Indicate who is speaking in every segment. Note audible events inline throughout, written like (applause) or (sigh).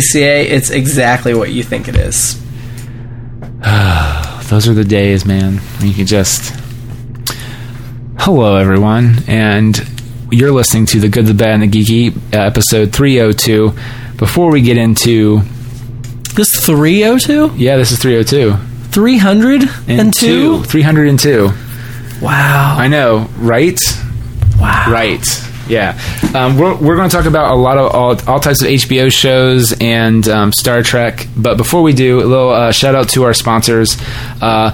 Speaker 1: CA, it's exactly what you think it is.
Speaker 2: Those are the days, man. When you can just. Hello, everyone, and you're listening to the Good, the Bad, and the Geeky uh, episode 302. Before we get into,
Speaker 1: This 302?
Speaker 2: yeah, this is 302
Speaker 1: 302?
Speaker 2: 302.
Speaker 1: Wow.
Speaker 2: I know, right?
Speaker 1: Wow.
Speaker 2: (laughs) Right. Yeah. Um, we're we're going to talk about a lot of all, all types of HBO shows and um, Star Trek. But before we do, a little uh, shout out to our sponsors uh,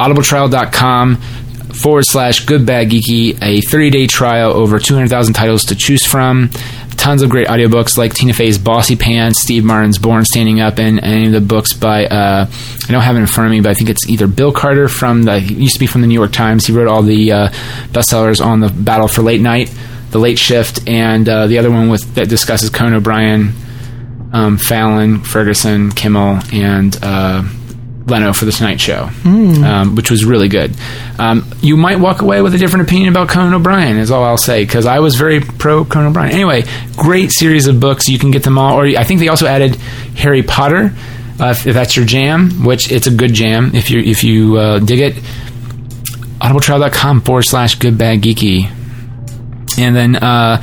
Speaker 2: audibletrial.com forward slash good bad geeky, a 30 day trial, over 200,000 titles to choose from. Tons of great audiobooks like Tina Fey's Bossy Pants, Steve Martin's Born Standing Up, and any of the books by, uh, I don't have it in front of me, but I think it's either Bill Carter from the, he used to be from the New York Times. He wrote all the uh, bestsellers on the battle for late night, the late shift, and uh, the other one with that discusses Conan O'Brien, um, Fallon, Ferguson, Kimmel, and uh, Leno for the Tonight Show, um, which was really good. Um, you might walk away with a different opinion about Conan O'Brien, is all I'll say, because I was very pro Conan O'Brien. Anyway, great series of books. You can get them all, or I think they also added Harry Potter. Uh, if, if that's your jam, which it's a good jam, if you if you uh, dig it, audibletrial.com forward slash good bad geeky. And then uh,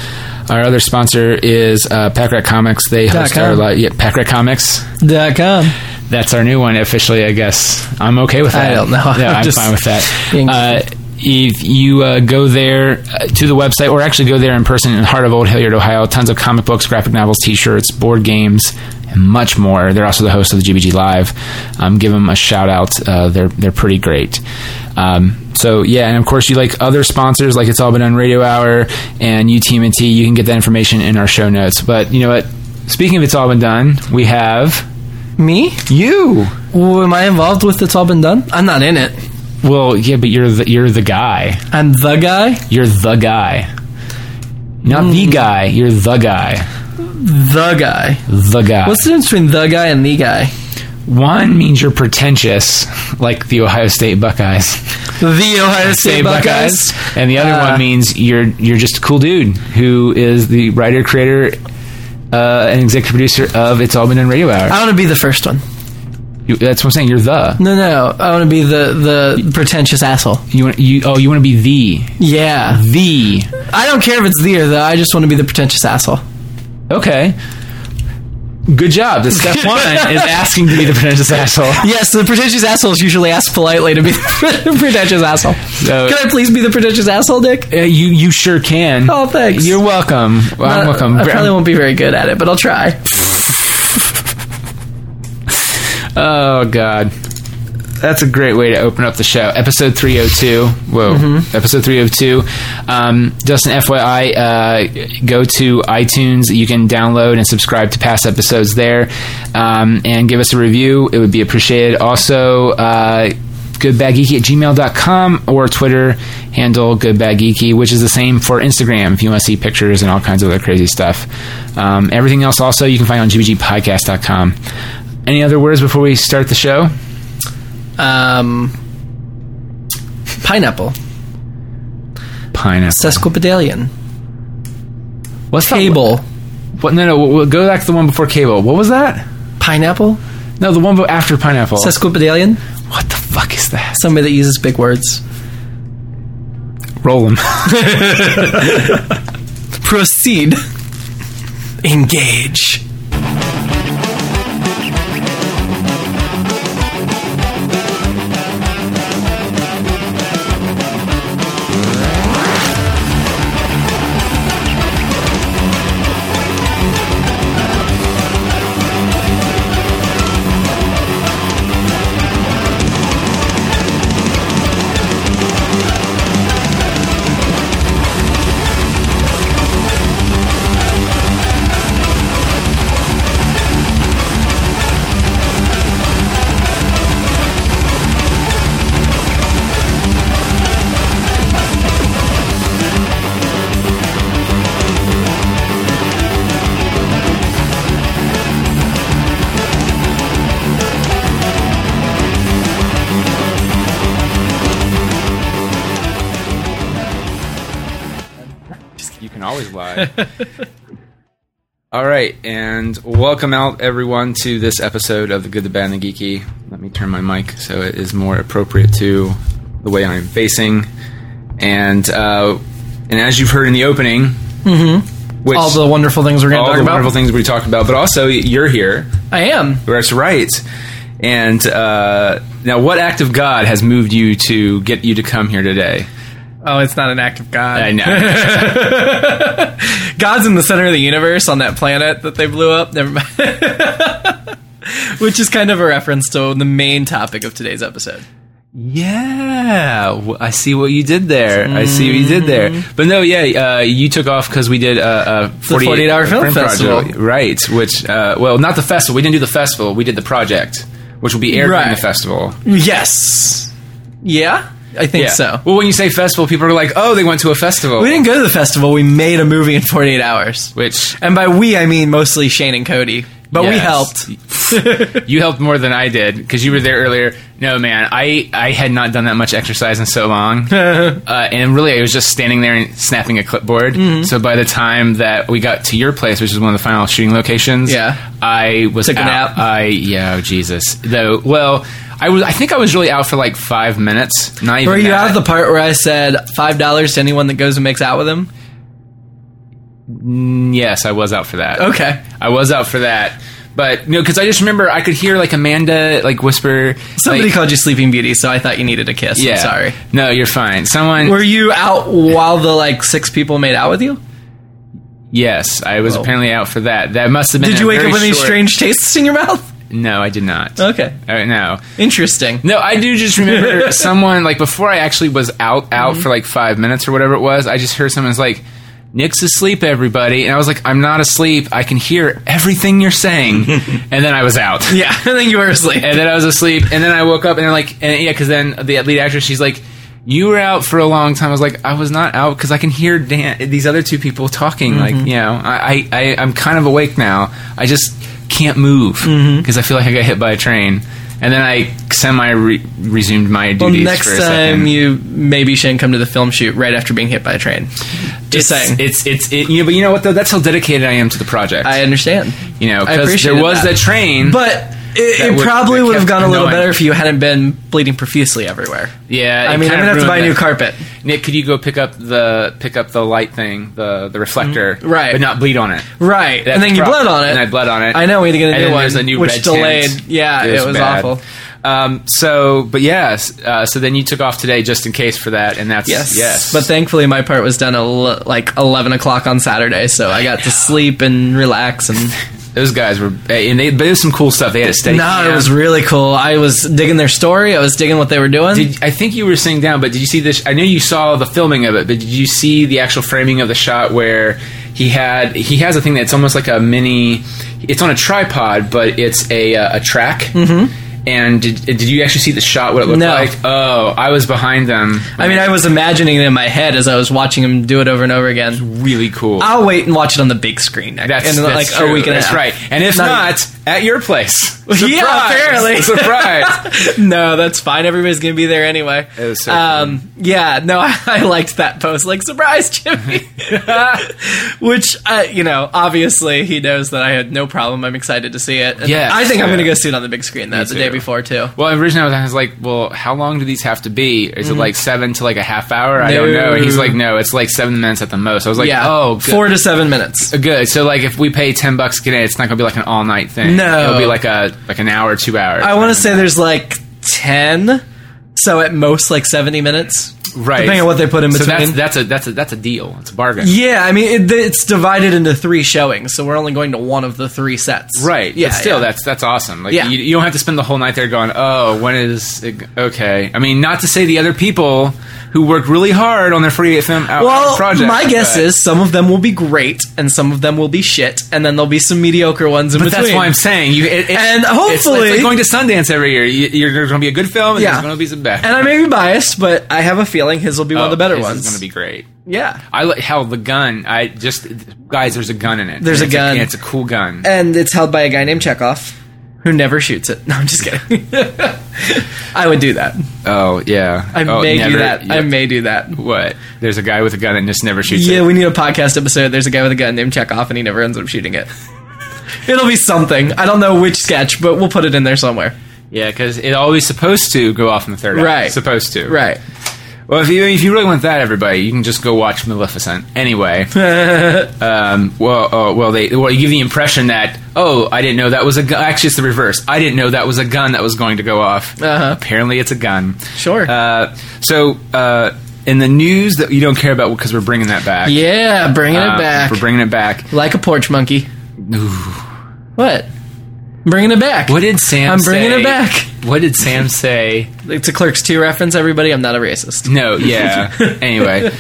Speaker 2: our other sponsor is uh, Packrat Comics. They
Speaker 1: Dot
Speaker 2: host our
Speaker 1: com.
Speaker 2: li- yeah, Packrat Comics.
Speaker 1: Dot com.
Speaker 2: That's our new one officially, I guess. I'm okay with that.
Speaker 1: I don't know. (laughs)
Speaker 2: Yeah,
Speaker 1: I'm
Speaker 2: I'm
Speaker 1: just
Speaker 2: fine with that.
Speaker 1: being-
Speaker 2: Uh, if you uh, go there uh, to the website, or actually go there in person in the heart of Old Hilliard, Ohio, tons of comic books, graphic novels, T-shirts, board games, and much more. They're also the host of the GBG Live. Um, give them a shout out. Uh, they're they're pretty great. Um, so yeah, and of course you like other sponsors like It's All Been on Radio Hour and UTMNT. You can get that information in our show notes. But you know what? Speaking of It's All Been Done, we have
Speaker 1: Me?
Speaker 2: you.
Speaker 1: Well, am I involved with It's All Been Done? I'm not in it.
Speaker 2: Well, yeah, but you're the, you're the guy.
Speaker 1: I'm the guy.
Speaker 2: You're the guy. Not
Speaker 1: Hmm.
Speaker 2: the guy. You're the guy.
Speaker 1: The guy.
Speaker 2: The guy.
Speaker 1: What's the difference between the guy and the guy?
Speaker 2: One means you're pretentious, like the Ohio State Buckeyes.
Speaker 1: The Ohio State Buckeyes.
Speaker 2: And the other
Speaker 1: Uh,
Speaker 2: one means you're you're just a cool dude who is the writer, creator, uh, and executive producer of It's All Been Done Radio Hour.
Speaker 1: I want to be the first one.
Speaker 2: You- that's what I'm saying. You're the.
Speaker 1: No, no. I want to be the, the pretentious asshole.
Speaker 2: You want you oh you want to be the
Speaker 1: Yeah.
Speaker 2: the
Speaker 1: I don't care if it's the or the. I just want to be the pretentious asshole.
Speaker 2: okay. Good job.
Speaker 1: (laughs)
Speaker 2: The step one is asking to be the pretentious asshole.
Speaker 1: Yes, the pretentious assholes usually ask politely to be (laughs) the pretentious asshole.
Speaker 2: So-
Speaker 1: Can I please be the pretentious asshole, Dick?
Speaker 2: Uh, you you sure can.
Speaker 1: Oh, thanks.
Speaker 2: You're welcome. Well, I'm
Speaker 1: Uh,
Speaker 2: welcome.
Speaker 1: I probably won't be very good at it, but I'll try.
Speaker 2: oh God, that's a great way to open up the show. Episode 302. Whoa, episode 302. Um, just an FYI, uh, go to iTunes. You can download and subscribe to past episodes there, um, and give us a review. It would be appreciated. Also. Uh, goodbadgeeky at gmail.com or Twitter handle goodbadgeeky, which is the same for Instagram if you want to see pictures and all kinds of other crazy stuff. Um, everything else also you can find on gbgpodcast.com. Any other words before we start the show?
Speaker 1: Um, pineapple,
Speaker 2: Pineapple.
Speaker 1: sesquipedalian,
Speaker 2: What's that-
Speaker 1: cable,
Speaker 2: What, no, no, we'll go back to the one before cable. What was that?
Speaker 1: pineapple,
Speaker 2: No, the one be- after pineapple.
Speaker 1: sesquipedalian.
Speaker 2: what the fuck is that?
Speaker 1: Somebody that uses big words.
Speaker 2: (laughs) Roll them.
Speaker 1: Proceed. Engage.
Speaker 2: you can always lie. All right, and welcome out everyone to this episode of the Good, the Bad, and the Geeky. Let me turn my mic so it is more appropriate to the way I'm facing. And uh, and as you've heard in the opening, which
Speaker 3: Mm-hmm. All the wonderful things we're going
Speaker 2: all
Speaker 3: to
Speaker 2: the
Speaker 3: talk about.
Speaker 2: wonderful things we talked about, but also you're here.
Speaker 3: I am.
Speaker 2: That's right. And uh, now, what act of God has moved you to get you to come here today?
Speaker 1: Oh, it's not an act of God.
Speaker 2: I know.
Speaker 1: (laughs) God's in the center of the universe on that planet that they blew up. Never mind. (laughs) Which is kind of a reference to the main topic of today's episode.
Speaker 2: yeah, w- I see what you did there. I see what you did there.
Speaker 1: Mm-hmm.
Speaker 2: But no, yeah, uh, you took off because we did uh, a 48,
Speaker 3: 48 hour film
Speaker 2: project.
Speaker 3: festival.
Speaker 2: right? Which, uh, well, not the festival. We didn't do the festival. We did the project, which will be aired during
Speaker 1: Right.
Speaker 2: the festival.
Speaker 1: Yes. Yeah, I think so.
Speaker 2: Well, when you say festival, people are like, "Oh, they went to a festival."
Speaker 1: We didn't go to the festival. We made a movie in 48 hours.
Speaker 2: which
Speaker 1: And by we, I mean mostly Shane and Cody. But we
Speaker 2: Yes.
Speaker 1: helped.
Speaker 2: You helped more than I did because you were there earlier. No, man, I, I had not done that much exercise in so
Speaker 1: (laughs)
Speaker 2: long, uh, and really I was just standing there and snapping a clipboard.
Speaker 1: Mm-hmm.
Speaker 2: So by the time that we got to your place, which is one of the final shooting locations,
Speaker 1: Yeah.
Speaker 2: I was
Speaker 1: Took a
Speaker 2: out.
Speaker 1: nap.
Speaker 2: I yeah, oh, Jesus. Though, well, I was I think I was really out for like five minutes. Not even
Speaker 1: Were you
Speaker 2: that.
Speaker 1: out of the part where I said $5 to anyone that goes and makes out with him?
Speaker 2: Yes, I was out for that.
Speaker 1: Okay.
Speaker 2: I was out for that. But no, because I just remember I could hear like Amanda like whisper.
Speaker 1: Somebody
Speaker 2: like,
Speaker 1: called you Sleeping Beauty, so I thought you needed a kiss.
Speaker 2: Yeah.
Speaker 1: I'm sorry.
Speaker 2: No, you're fine. Someone.
Speaker 1: Were you out while the like six people made out with you?
Speaker 2: Yes, I was
Speaker 1: Whoa.
Speaker 2: apparently out for that. That must have been.
Speaker 1: Did
Speaker 2: a
Speaker 1: you wake
Speaker 2: very
Speaker 1: up with any
Speaker 2: short-
Speaker 1: strange tastes in your mouth?
Speaker 2: No, I did not.
Speaker 1: Okay,
Speaker 2: All right, no,
Speaker 1: interesting.
Speaker 2: no, I do
Speaker 1: (laughs)
Speaker 2: just remember someone like before I actually was out out
Speaker 1: Mm-hmm.
Speaker 2: for like five minutes or whatever it was. I just heard someone's like, "Nick's asleep, everybody," and I was like, "I'm not asleep. I can hear everything
Speaker 1: (laughs)
Speaker 2: you're saying," and then I was out.
Speaker 1: Yeah, (laughs) I think you were asleep.
Speaker 2: and then I was asleep, and then I woke up, and like, and yeah, because then the lead actress, she's like, "You were out for a long time." I was like, "I was not out because I can hear Dan- these other two people talking." Like,
Speaker 1: Mm-hmm.
Speaker 2: you know, I, I, I, I'm kind of awake now. I just can't move because
Speaker 1: Mm-hmm.
Speaker 2: I feel like I got hit by a train, and then I semi re- resumed my
Speaker 1: Well,
Speaker 2: duties. for
Speaker 1: next
Speaker 2: a
Speaker 1: time
Speaker 2: second.
Speaker 1: you maybe shouldn't come to the film shoot right after being hit by a train. Just
Speaker 2: it's,
Speaker 1: saying.
Speaker 2: it's it's it, you know, but you know what though? That's how dedicated I am to the project.
Speaker 1: I understand,
Speaker 2: you know,
Speaker 1: I
Speaker 2: because there
Speaker 1: appreciated
Speaker 2: was
Speaker 1: that.
Speaker 2: that train,
Speaker 1: but
Speaker 2: That
Speaker 1: it, it
Speaker 2: would-
Speaker 1: probably
Speaker 2: that
Speaker 1: would have
Speaker 2: kept
Speaker 1: gone a little
Speaker 2: going.
Speaker 1: better if you hadn't been bleeding profusely everywhere.
Speaker 2: yeah,
Speaker 1: I
Speaker 2: it
Speaker 1: mean, I'm
Speaker 2: kinda
Speaker 1: gonna have to
Speaker 2: ruined
Speaker 1: buy a new
Speaker 2: that.
Speaker 1: carpet.
Speaker 2: Nick, could you go pick up the pick up the light thing, the the reflector,
Speaker 1: Mm, Right.
Speaker 2: But not bleed on it.
Speaker 1: Right,
Speaker 2: That's
Speaker 1: and then you
Speaker 2: rough.
Speaker 1: bled on it.
Speaker 2: And I bled on it.
Speaker 1: I know we had to get a
Speaker 2: And
Speaker 1: new
Speaker 2: then
Speaker 1: one,
Speaker 2: there's a new
Speaker 1: which
Speaker 2: red
Speaker 1: delayed.
Speaker 2: tint.
Speaker 1: Yeah, it was,
Speaker 2: bad.
Speaker 1: awful.
Speaker 2: Um, so, but yes, uh, so then you took off today just in case for that, and that's
Speaker 1: Yes.
Speaker 2: yes.
Speaker 1: But thankfully, my part was done el- like 11 o'clock on Saturday, so I got to sleep and relax. And
Speaker 2: those guys were, and they, but it was some cool stuff. They had a steady.
Speaker 1: no, it was really cool. I was digging their story. I was digging what they were doing.
Speaker 2: Did, I think you were sitting down, but did you see this? I know you saw the filming of it, but did you see the actual framing of the shot where he had he has a thing that's almost like a mini? It's on a tripod, but it's a uh, a track. Mm-hmm. And did, did you actually see the shot? What it looked
Speaker 1: No.
Speaker 2: like? Oh, I was behind them.
Speaker 1: I mean, I was imagining it in my head as I was watching them do it over and over again.
Speaker 2: really cool.
Speaker 1: I'll wait and watch it on the big screen next.
Speaker 2: that's
Speaker 1: and
Speaker 2: that's
Speaker 1: like
Speaker 2: true.
Speaker 1: a week and a
Speaker 2: That's
Speaker 1: half.
Speaker 2: right. And if
Speaker 1: Not-
Speaker 2: not, at your place. Surprise!
Speaker 1: (laughs) Yeah, apparently. (laughs) (laughs)
Speaker 2: surprise.
Speaker 1: no, that's fine. Everybody's gonna be there anyway.
Speaker 2: It was so
Speaker 1: um, yeah, no, (laughs) I, I liked that post. Like, surprise,
Speaker 2: (laughs)
Speaker 1: Jimmy. Which, uh, you know, obviously he knows that I had no problem. I'm excited to see it. And
Speaker 2: Yes,
Speaker 1: I think I'm
Speaker 2: yeah.
Speaker 1: gonna go see it on the big screen though, the day
Speaker 2: too.
Speaker 1: before too.
Speaker 2: Well, originally I was, I was like, well, how long do these have to be? Is
Speaker 1: Mm-hmm.
Speaker 2: it like seven to like a half hour? I don't know. And he's
Speaker 1: No.
Speaker 2: like, no, it's like seven minutes at the most. I was like,
Speaker 1: yeah,
Speaker 2: oh, good.
Speaker 1: four to seven minutes.
Speaker 2: good. So like, if we pay ten bucks to get in, it's not gonna be like an all night thing.
Speaker 1: No.
Speaker 2: it'll be like a like an hour, two hours.
Speaker 1: I want to say there's like ten, so at most like seventy minutes.
Speaker 2: right,
Speaker 1: depending on what they put in
Speaker 2: So that's
Speaker 1: between.
Speaker 2: that's a that's a that's a deal. It's a bargain.
Speaker 1: Yeah, I mean it, it's divided into three showings, so we're only going to one of the three sets.
Speaker 2: Right.
Speaker 1: Yeah.
Speaker 2: But still,
Speaker 1: yeah.
Speaker 2: that's that's awesome. Like
Speaker 1: Yeah.
Speaker 2: you, you don't have to spend the whole night there going, oh, when is it, g- okay? I mean, not to say the other people who work really hard on their free film out
Speaker 1: Well,
Speaker 2: project.
Speaker 1: my guess
Speaker 2: but-
Speaker 1: is some of them will be great, and some of them will be shit, and then there'll be some mediocre ones in
Speaker 2: But
Speaker 1: between.
Speaker 2: that's why I'm saying you. It, it,
Speaker 1: And
Speaker 2: it's- it's,
Speaker 1: hopefully-
Speaker 2: like going to Sundance every year. You, you're there's going to be a good film, and
Speaker 1: Yeah.
Speaker 2: there's going to be some bad. Oh,
Speaker 1: and I may be biased, but I have a feeling his will be one of the better
Speaker 2: It's
Speaker 1: ones.
Speaker 2: going to be great.
Speaker 1: yeah,
Speaker 2: I li- hell the gun. I just guys, there's a gun in it.
Speaker 1: There's a
Speaker 2: It's
Speaker 1: gun.
Speaker 2: and it's a cool gun.
Speaker 1: (laughs) and it's held by a guy named Chekhov, who never shoots it. No, I'm just kidding. I would do that.
Speaker 2: Oh yeah,
Speaker 1: I
Speaker 2: oh,
Speaker 1: may do
Speaker 2: never-
Speaker 1: that. I
Speaker 2: yeah.
Speaker 1: may do that.
Speaker 2: What? There's a guy with a gun and just never shoots
Speaker 1: Yeah,
Speaker 2: it.
Speaker 1: we need a podcast episode. There's a guy with a gun named Chekhov, and he never ends up shooting it. (laughs) It'll be something. I don't know which sketch, but we'll put it in there somewhere.
Speaker 2: Yeah, because it always supposed to go off in the third act.
Speaker 1: Right.
Speaker 2: Supposed to.
Speaker 1: Right.
Speaker 2: Well, if you if you really want that, everybody, you can just go watch Maleficent. (laughs) Anyway, um, well, oh, well, they well, you give the impression that oh, I didn't know that was a gun. Actually, it's the reverse. I didn't know that was a gun that was going to go off.
Speaker 1: Uh-huh.
Speaker 2: Apparently, it's a gun.
Speaker 1: Sure.
Speaker 2: Uh, so, uh, in the news that you don't care about because we're bringing that back.
Speaker 1: Yeah, bringing
Speaker 2: Uh,
Speaker 1: it back
Speaker 2: We're bringing it back.
Speaker 1: like a porch monkey. What? Bringing it back.
Speaker 2: What did Sam?
Speaker 1: I'm bringing
Speaker 2: say-
Speaker 1: it back.
Speaker 2: What did Sam say?
Speaker 1: It's a Clerks 2 reference, everybody. I'm not a
Speaker 2: (laughs)
Speaker 1: racist.
Speaker 2: No. Yeah. anyway,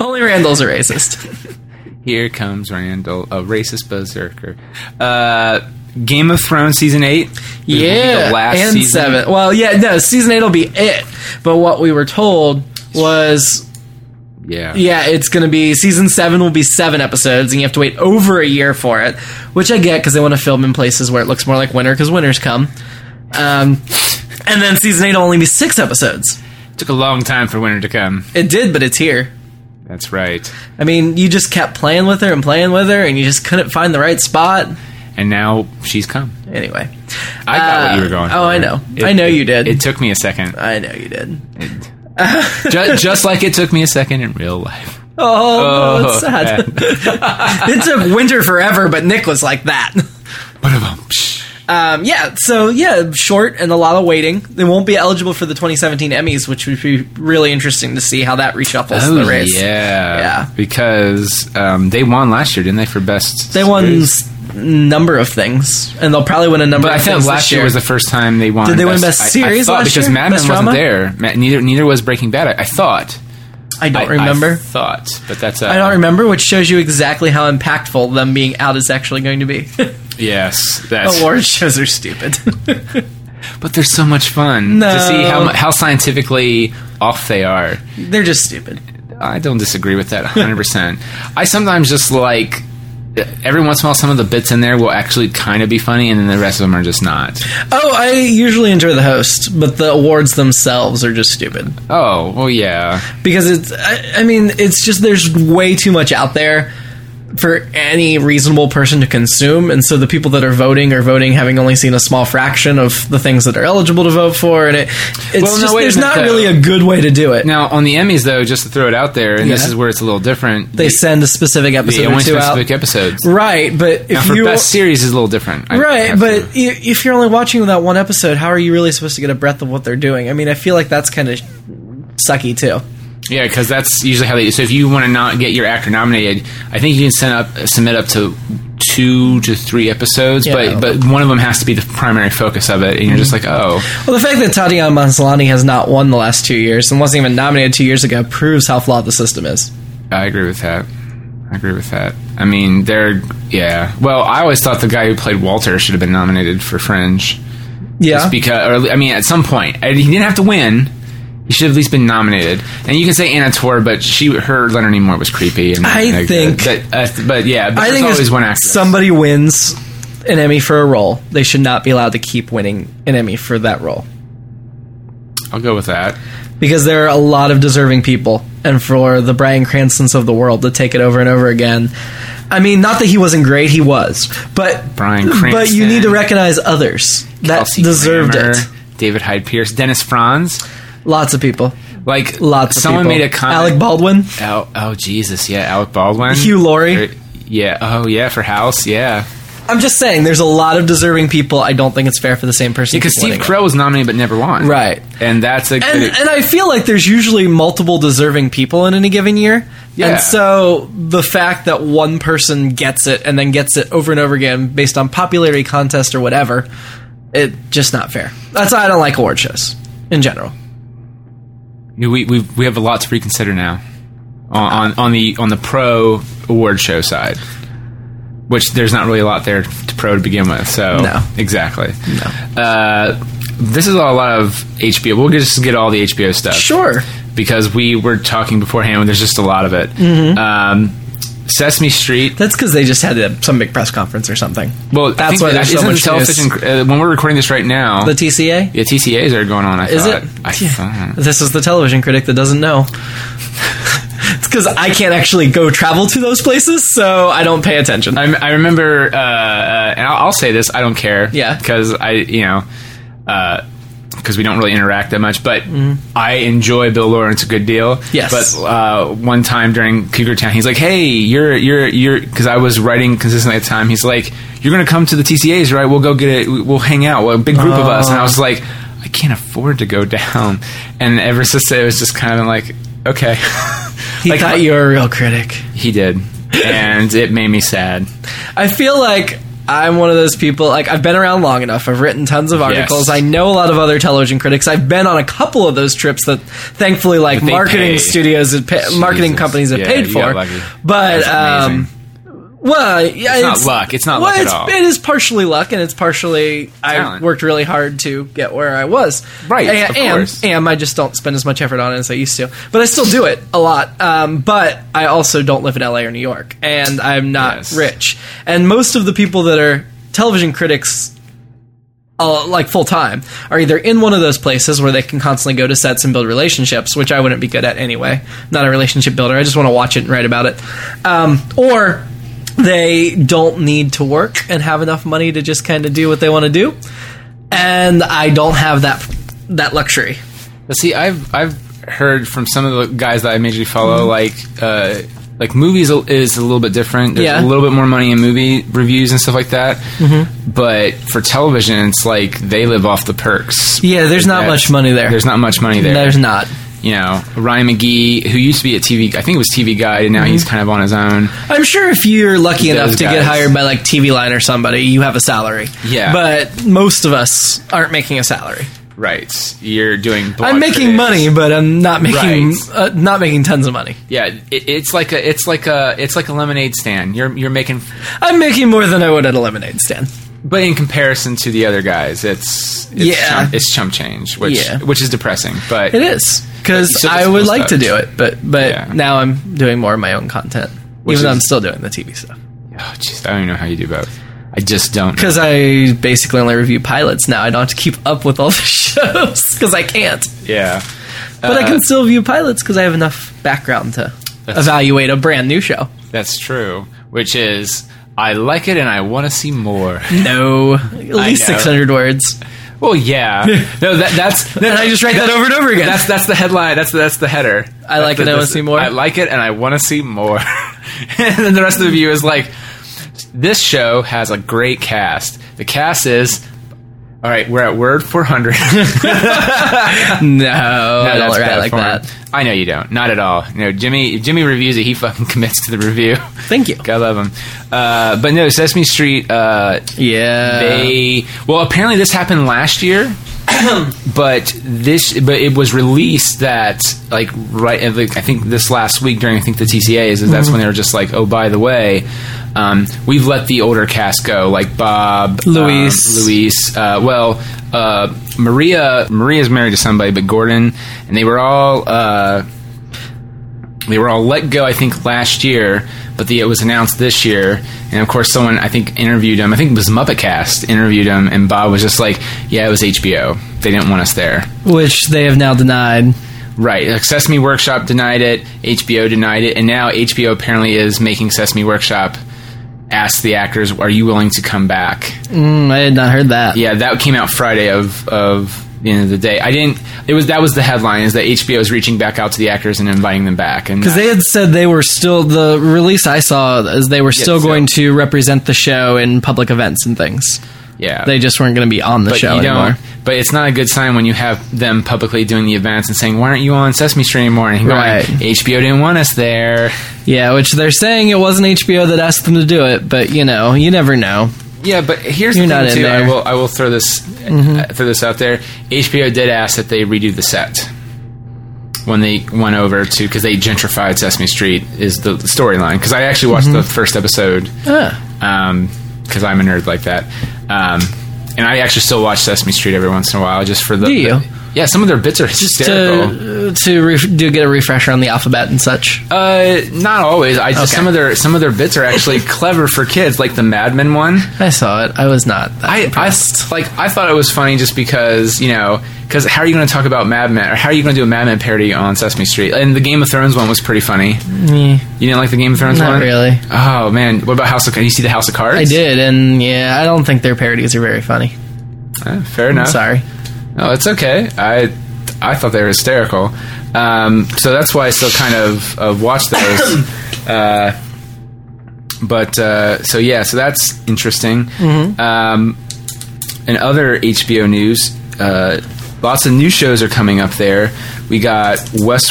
Speaker 1: Only Randall's a racist.
Speaker 2: Here comes Randall, a racist berserker. Uh, Game of Thrones season eight. This will be
Speaker 1: yeah.
Speaker 2: the last
Speaker 1: and
Speaker 2: season.
Speaker 1: 7. Well, yeah, no, season 8 will be it. But what we were told was
Speaker 2: Yeah.
Speaker 1: yeah, it's going to be season 7 will be 7 episodes and you have to wait over a year for it, which I get cuz they want to film in places where it looks more like winter cuz winter's come. Um and then season 8 will only be 6 episodes.
Speaker 2: Took a long time for winter to come.
Speaker 1: It did, but it's here.
Speaker 2: That's right.
Speaker 1: I mean, you just kept playing with her and playing with her, and you just couldn't find the right spot.
Speaker 2: And now she's come.
Speaker 1: Anyway,
Speaker 2: I got what you were going.
Speaker 1: Uh, oh,
Speaker 2: for.
Speaker 1: I know. I know you did.
Speaker 2: It took me
Speaker 1: (laughs)
Speaker 2: a second,
Speaker 1: I know you did.
Speaker 2: just, just like it took me a second in real life.
Speaker 1: Oh,
Speaker 2: Oh,
Speaker 1: it's sad. (laughs) it took winter forever, but Nick was like that.
Speaker 2: Ba-da-bum, psh.
Speaker 1: Um, yeah, so yeah, short and a lot of waiting. They won't be eligible for the 2017 Emmys, which would be really interesting to see how that reshuffles the
Speaker 2: Oh
Speaker 1: race.
Speaker 2: yeah,
Speaker 1: Yeah.
Speaker 2: Because um, they won last year, didn't they? For best,
Speaker 1: They won
Speaker 2: series?
Speaker 1: s- number of things, and they'll probably win a number.
Speaker 2: But I
Speaker 1: of
Speaker 2: thought
Speaker 1: things
Speaker 2: last
Speaker 1: this
Speaker 2: year was the first time they won.
Speaker 1: Did they win Best
Speaker 2: I- I
Speaker 1: Series
Speaker 2: thought
Speaker 1: last
Speaker 2: because
Speaker 1: year?
Speaker 2: Mad Men
Speaker 1: Best
Speaker 2: wasn't
Speaker 1: drama?
Speaker 2: there. Ma- neither neither was Breaking Bad. I, I thought.
Speaker 1: I don't
Speaker 2: I,
Speaker 1: remember.
Speaker 2: I thought, but that's. Uh,
Speaker 1: I don't remember, which shows you exactly how impactful them being out is actually going to
Speaker 2: (laughs)
Speaker 1: be.
Speaker 2: Yes, that's.
Speaker 1: Award shows are
Speaker 2: (laughs)
Speaker 1: stupid.
Speaker 2: But they're so much fun
Speaker 1: No.
Speaker 2: to see how mu- how scientifically off they are.
Speaker 1: They're just stupid.
Speaker 2: I don't disagree with that 100. percent I sometimes just like. uh, Every once in a while, some of the bits in there will actually kind of be funny, and then the rest of them are just not.
Speaker 1: Oh, I usually enjoy the host, but the awards themselves are just stupid.
Speaker 2: Oh, well, yeah.
Speaker 1: Because it's, I, I mean, it's just there's way too much out there for any reasonable person to consume. And so the people that are voting are voting having only seen a small fraction of the things that are eligible to vote for. And it, it's
Speaker 2: Well, no,
Speaker 1: just,
Speaker 2: wait a
Speaker 1: there's
Speaker 2: minute,
Speaker 1: not
Speaker 2: though.
Speaker 1: really a good way to do it.
Speaker 2: Now, on the Emmys, though, just to throw it out there, and this
Speaker 1: Yeah.
Speaker 2: is where it's a little different.
Speaker 1: they
Speaker 2: the-
Speaker 1: send a specific
Speaker 2: the
Speaker 1: episode or
Speaker 2: only
Speaker 1: two
Speaker 2: specific
Speaker 1: out.
Speaker 2: episodes.
Speaker 1: Right, but if
Speaker 2: Now, for
Speaker 1: you
Speaker 2: best series is a little different, I
Speaker 1: Right,
Speaker 2: have
Speaker 1: but
Speaker 2: to-
Speaker 1: i if you're only watching that one episode, how are you really supposed to get a breath of what they're doing? I mean, I feel like that's kind of sucky too.
Speaker 2: yeah, because that's usually how they. So if you want to not get your actor nominated, I think you can send up submit up to two to three episodes,
Speaker 1: Yeah.
Speaker 2: but but one of them has to be the primary focus of it, and you're just like, oh,
Speaker 1: Well, the fact that Tatiana Maslany has not won the last two years and wasn't even nominated two years ago proves how flawed the system is.
Speaker 2: I agree with that. I agree with that. I mean, they're yeah. Well, I always thought the guy who played Walter should have been nominated for Fringe.
Speaker 1: Yeah,
Speaker 2: It's because, or, I mean, at some point, and he didn't have to win. He should have at least been nominated. And you can say Anna Torr, but she, her Leonard Nimoy was creepy. And,
Speaker 1: I
Speaker 2: and, uh,
Speaker 1: think-
Speaker 2: but, uh, but yeah, but
Speaker 1: I
Speaker 2: there's
Speaker 1: think
Speaker 2: always
Speaker 1: if
Speaker 2: one actor.
Speaker 1: somebody wins an Emmy for a role, they should not be allowed to keep winning an Emmy for that role
Speaker 2: I'll go with that.
Speaker 1: because there are a lot of deserving people, and for the Brian Cranston's of the world to take it over and over again. I mean, not that he wasn't great, he was, but
Speaker 2: Brian
Speaker 1: But you
Speaker 2: Cranston.
Speaker 1: need to recognize others that
Speaker 2: Kelsey
Speaker 1: deserved
Speaker 2: Grammer,
Speaker 1: it.
Speaker 2: David Hyde Pierce, Dennis Franz,
Speaker 1: Lots of people.
Speaker 2: like
Speaker 1: Lots of
Speaker 2: someone
Speaker 1: people.
Speaker 2: made a comment.
Speaker 1: Alec Baldwin.
Speaker 2: Al- oh Jesus, yeah, Alec Baldwin,
Speaker 1: Hugh Laurie.
Speaker 2: Or- yeah, oh yeah, for House, yeah,
Speaker 1: I'm just saying, there's a lot of deserving people. I don't think it's fair for the same person.
Speaker 2: because
Speaker 1: to
Speaker 2: Steve Carell was nominated but never won,
Speaker 1: Right.
Speaker 2: And that's a
Speaker 1: And,
Speaker 2: good,
Speaker 1: and I feel like there's usually multiple deserving people in any given year.
Speaker 2: Yeah.
Speaker 1: And so the fact that one person gets it and then gets it over and over again based on popularity contest or whatever, it just not fair. That's why I don't like award shows in general.
Speaker 2: we we we have a lot to reconsider now on on, on the on the pro award show side, which there's not really a lot there to pro to begin with. So
Speaker 1: No.
Speaker 2: exactly. No. Uh, this is a lot of HBO. We'll just get all the HBO stuff
Speaker 1: Sure. Mm-hmm.
Speaker 2: because we were talking beforehand. and There's just a lot of it. Um, Sesame Street.
Speaker 1: That's because they just had a, some big press conference or something.
Speaker 2: Well, I
Speaker 1: That's
Speaker 2: think
Speaker 1: why
Speaker 2: that-
Speaker 1: there's so
Speaker 2: isn't
Speaker 1: much
Speaker 2: the television. Uh, when we're recording this right now,
Speaker 1: The TCA?
Speaker 2: yeah, TCAs are going on. I
Speaker 1: Is
Speaker 2: thought.
Speaker 1: it?
Speaker 2: I
Speaker 1: Yeah.
Speaker 2: thought.
Speaker 1: This is the television critic that doesn't know. it's because I can't actually go travel to those places, so I don't pay attention.
Speaker 2: I, I remember, uh, uh, and I'll, I'll say this: I don't care,
Speaker 1: Yeah.
Speaker 2: because I, you know, because we don't really interact that much. But I enjoy Bill Lawrence a good deal.
Speaker 1: Mm-hmm. Yes.
Speaker 2: But uh, one time during Cougar Town, he's like, "Hey, you're you're you're," because I was writing consistently at the time. He's like, "You're going to come to the TCAs, right? We'll go get it. We'll hang out. Well, a big group of us." And I
Speaker 1: Oh.
Speaker 2: was like, "I can't afford to go down." And ever since then, it was just kind of like, "Okay." (laughs)
Speaker 1: he
Speaker 2: like-
Speaker 1: thought you were a real critic.
Speaker 2: he did, and it made me sad.
Speaker 1: I feel like I'm one of those people. Like I've been around long enough. I've written tons of articles. I know a lot of other television critics. I've been on a couple of those trips that, thankfully, like
Speaker 2: they
Speaker 1: marketing
Speaker 2: pay.
Speaker 1: studios, had pa- marketing companies have
Speaker 2: Yeah,
Speaker 1: paid
Speaker 2: you
Speaker 1: for.
Speaker 2: got lucky.
Speaker 1: But
Speaker 2: That's amazing.
Speaker 1: um, well, yeah,
Speaker 2: It's not luck. It's not
Speaker 1: well,
Speaker 2: luck at
Speaker 1: it's,
Speaker 2: all.
Speaker 1: It is partially luck, and it's partially I
Speaker 2: Talent.
Speaker 1: worked really hard to get where I was.
Speaker 2: Right,
Speaker 1: And,
Speaker 2: of
Speaker 1: and-
Speaker 2: course.
Speaker 1: and I just don't spend as much effort on it as I used to, but I still do it a lot. Um, but I also don't live in LA or New York, and I'm not
Speaker 2: Yes.
Speaker 1: rich. And most of the people that are television critics, uh, like full time, are either in one of those places where they can constantly go to sets and build relationships, which I wouldn't be good at anyway. I'm not a relationship builder. I just want to watch it and write about it. Um, or they don't need to work and have enough money to just kind of do what they want to do. And I don't have that that luxury.
Speaker 2: But see, I've I've heard from some of the guys that I majorly follow, like uh, like movies a- is a little bit different. There's
Speaker 1: Mm-hmm. Yeah.
Speaker 2: a little bit more money in movie reviews and stuff like that.
Speaker 1: Mm-hmm.
Speaker 2: But for television, it's like they live off the perks.
Speaker 1: Yeah, there's not
Speaker 2: That's-
Speaker 1: much money there.
Speaker 2: There's not much money there.
Speaker 1: There's not.
Speaker 2: you know Ryan McGee, who used to be a TV, I think it was TV guide, and now
Speaker 1: Mm-hmm.
Speaker 2: he's kind of on his own.
Speaker 1: I'm sure if you're lucky
Speaker 2: Those
Speaker 1: enough to get
Speaker 2: guys.
Speaker 1: hired by like TV Line or somebody, you have a salary.
Speaker 2: Yeah.
Speaker 1: But most of us aren't making a salary.
Speaker 2: Right, you're doing. blog
Speaker 1: I'm making
Speaker 2: critics.
Speaker 1: money, but I'm not making
Speaker 2: Right.
Speaker 1: uh, not making tons of money.
Speaker 2: Yeah, it, it's like a it's like a it's like a lemonade stand. You're you're making
Speaker 1: I'm making more than I would at a lemonade stand.
Speaker 2: but in comparison to the other guys, it's, it's
Speaker 1: Yeah.
Speaker 2: chump, it's chump change, which
Speaker 1: Yeah.
Speaker 2: which is depressing. But
Speaker 1: It is
Speaker 2: But you
Speaker 1: because
Speaker 2: still
Speaker 1: I
Speaker 2: get
Speaker 1: would
Speaker 2: those
Speaker 1: like to
Speaker 2: bucks.
Speaker 1: do it, but but
Speaker 2: Yeah.
Speaker 1: now I'm doing more of my own content,
Speaker 2: Which
Speaker 1: even though
Speaker 2: is-
Speaker 1: I'm still doing the TV stuff.
Speaker 2: (sighs) oh, jeez, I don't even know how you do both. I just don't. know.
Speaker 1: Because I basically only review pilots now. I don't have to keep up with all the (laughs) shows because I can't.
Speaker 2: Yeah,
Speaker 1: But I
Speaker 2: Uh,
Speaker 1: can still view pilots because I have enough background to evaluate a brand new show.
Speaker 2: That's true. Which is, I like it and I want to see more. (laughs)
Speaker 1: No, at least
Speaker 2: know.
Speaker 1: 600 words.
Speaker 2: well, yeah. No,
Speaker 1: (laughs)
Speaker 2: that, that's
Speaker 1: And I just write that over and over again.
Speaker 2: That's that's the headline. That's the, that's the header.
Speaker 1: I like
Speaker 2: That's
Speaker 1: it, I wanna
Speaker 2: the- that's-
Speaker 1: see more.
Speaker 2: I like it, and I want to see more. (laughs) and then the rest of the review is like, this show has a great cast. The cast is. All right, we're at word 400. (laughs) no,
Speaker 1: no, I don't write like that.
Speaker 2: I know you don't. Not at all. No, Jimmy. Jimmy reviews it. He fucking (laughs) commits to the review.
Speaker 1: Thank you.
Speaker 2: God love him. Uh, but no, Sesame Street. Uh,
Speaker 1: Yeah.
Speaker 2: they well apparently this happened
Speaker 1: (clears throat)
Speaker 2: last year but this but it was released that like right at, like, i think this last week during i think the tcas is that's
Speaker 1: Mm-hmm.
Speaker 2: when they were just like oh by the way um, we've let the older cast go like bob um,
Speaker 1: Luis.
Speaker 2: luis uh, well uh, maria maria's married to somebody but gordon and they were all uh, they were all let go, I think, last year, but the, it was announced this year. And of course, someone I think interviewed him. I think it was Muppetcast interviewed him, and Bob was just like, "Yeah, it was HBO. They didn't want us there."
Speaker 1: Which they have now denied.
Speaker 2: Right. Like, Sesame Workshop denied it. HBO denied it, and now HBO apparently is making Sesame Workshop ask the actors, "Are you willing to come back?"
Speaker 1: Mm, I had not heard that.
Speaker 2: Yeah, that came out Friday of of the end of the day. I didn't. It was that was the headline is that HBO is reaching back out to the actors and inviting them back, and
Speaker 1: Because they had said they were still the release I saw is they were still
Speaker 2: so-
Speaker 1: going to represent the show in public events and things.
Speaker 2: yeah
Speaker 1: They just weren't going to be on the
Speaker 2: Oh. but
Speaker 1: show
Speaker 2: you
Speaker 1: anymore.
Speaker 2: don't. But it's not a good sign when you have them publicly doing the events and saying, "Why aren't you on Sesame Street anymore?" And going,
Speaker 1: Right.
Speaker 2: "HBO didn't want us there."
Speaker 1: Yeah, which they're saying it wasn't HBO that asked them to do it, but you know, you never know.
Speaker 2: Yeah, but here's
Speaker 1: You're
Speaker 2: the
Speaker 1: not
Speaker 2: thing
Speaker 1: in
Speaker 2: too.
Speaker 1: there. Mm-hmm.
Speaker 2: I will. I will throw this uh, throw this out there. HBO did ask that they redo the set when they went over to because they gentrified Sesame Street is the storyline. Because I actually watched
Speaker 1: Mm-hmm.
Speaker 2: the first episode. because I'm a Um, nerd like that. Um, and I actually still watch Sesame Street every once in a while, just for the.
Speaker 1: Do you? uh,
Speaker 2: Yeah, some of their bits are hysterical.
Speaker 1: to to re- do get a refresher on the alphabet and such.
Speaker 2: Uh, not always. I just
Speaker 1: Okay.
Speaker 2: some of their some of their bits are actually (laughs) clever for kids, like the Mad Men one.
Speaker 1: I saw it. I was not. That
Speaker 2: I, I
Speaker 1: impressed.
Speaker 2: like I thought it was funny just because you know because how are you going to talk about Mad Men or how are you going to do a Mad Men parody on Sesame Street? And the Game of Thrones one was pretty funny.
Speaker 1: Eh,
Speaker 2: You didn't like the Game of Thrones
Speaker 1: Not
Speaker 2: one?
Speaker 1: really.
Speaker 2: Oh man, what about House of Cards? You see the House of Cards?
Speaker 1: I did, and yeah, I don't think their parodies are very funny.
Speaker 2: Eh, fair enough.
Speaker 1: Sorry.
Speaker 2: No, Oh, it's okay. I I thought they were hysterical. Um, so that's why I still kind of, of watch those.
Speaker 1: (coughs)
Speaker 2: uh, but uh, so yeah, so that's interesting.
Speaker 1: Mm-hmm.
Speaker 2: Um, and other HBO news, uh, lots of new shows are coming up there. We got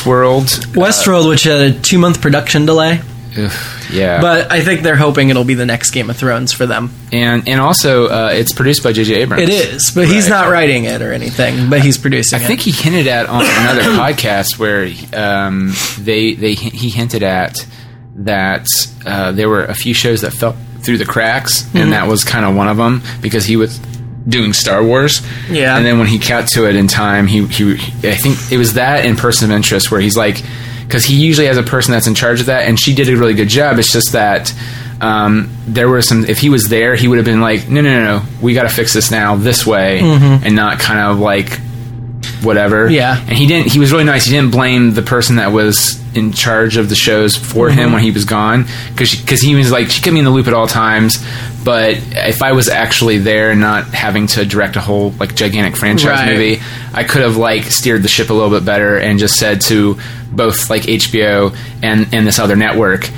Speaker 2: Westworld.
Speaker 1: Westworld, which had a two month production delay,
Speaker 2: Ugh, yeah,
Speaker 1: but I think they're hoping it'll be the next Game of Thrones for them.
Speaker 2: and and also uh, it's produced by J.J. Abrams.
Speaker 1: It is, but he's
Speaker 2: Right.
Speaker 1: not writing it or anything, but he's producing
Speaker 2: I think he hinted at on another (coughs) podcast where um, they they he hinted at that uh, there were a few shows that fell through the cracks, and that was kind of one of them because he was doing Star Wars.
Speaker 1: Yeah.
Speaker 2: and then when he got to it in time, he he I think it was that in Person of Interest where he's like because he usually has a person that's in charge of that, and she did a really good job. It's just that. Um, there were some. If he was there, he would have been like, "No, no, no, no. We got to fix this now, this way, and not kind of like whatever.
Speaker 1: Yeah.
Speaker 2: And he didn't he was really nice. He didn't blame the person that was in charge of the shows for him
Speaker 1: Mm-hmm.
Speaker 2: when he was gone cuz cuz he was like she kept me in the loop at all times, but if I was actually there and not having to direct a whole like gigantic franchise
Speaker 1: Right.
Speaker 2: movie, I could have like steered the ship a little bit better and just said to both like HBO and and this other network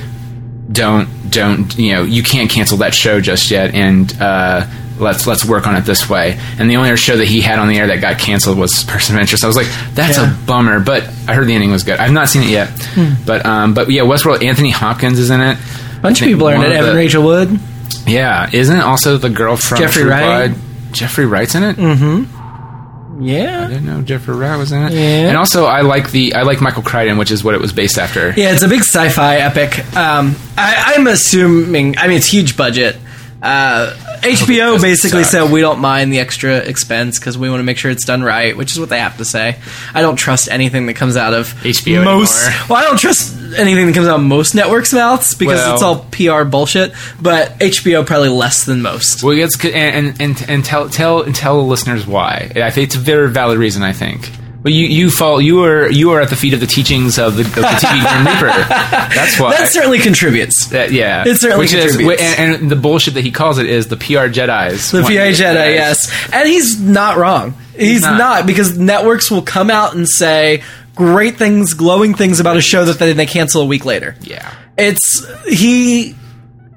Speaker 2: don't don't you know you can't cancel that show just yet and uh let's let's work on it this way and the only other show that he had on the air that got canceled was person of interest i was like that's
Speaker 1: Yeah. Hmm.
Speaker 2: a bummer but i heard the ending was good i've not seen it yet but um but yeah westworld anthony hopkins is in
Speaker 1: it.
Speaker 2: it
Speaker 1: A bunch of people are in it. Evan Rachel Wood.
Speaker 2: yeah isn't it also the girl from
Speaker 1: Jeffrey
Speaker 2: True
Speaker 1: Wright? Hmm.
Speaker 2: Blood? jeffrey wright's in it i
Speaker 1: Yeah.
Speaker 2: didn't know jeffrey wright was in it
Speaker 1: Yeah.
Speaker 2: and also i like the i like michael crichton which is what it was based after
Speaker 1: Yeah, it's a big sci-fi epic. Um, I, I'm assuming. I mean, it's huge budget. Uh, HBO
Speaker 2: doesn't
Speaker 1: basically
Speaker 2: suck.
Speaker 1: said we don't mind the extra expense because we want to make sure it's done right, which is what they have to say. I don't trust anything that comes out of
Speaker 2: HBO
Speaker 1: most.
Speaker 2: anymore.
Speaker 1: Well, I don't trust anything that comes out of most networks' mouths because
Speaker 2: Well-
Speaker 1: it's all PR bullshit. But HBO probably less than most.
Speaker 2: Well, it's good, and and and, and tell tell and tell the listeners why. I think it's a very valid reason. I think. But you you fall you are you are at the feet of the teachings of the, of the TV
Speaker 1: (laughs)
Speaker 2: Grim Reaper. That's why.
Speaker 1: that certainly contributes.
Speaker 2: That- yeah,
Speaker 1: It certainly
Speaker 2: Which is,
Speaker 1: contributes.
Speaker 2: and, and the bullshit that he calls it is the PR Jedi's.
Speaker 1: The
Speaker 2: want you
Speaker 1: VA
Speaker 2: to-
Speaker 1: Jedi, yes. And he's not wrong. He's,
Speaker 2: not.
Speaker 1: not. because networks will come out and say great things, glowing things about a show that then they cancel a week later.
Speaker 2: Yeah.
Speaker 1: It's he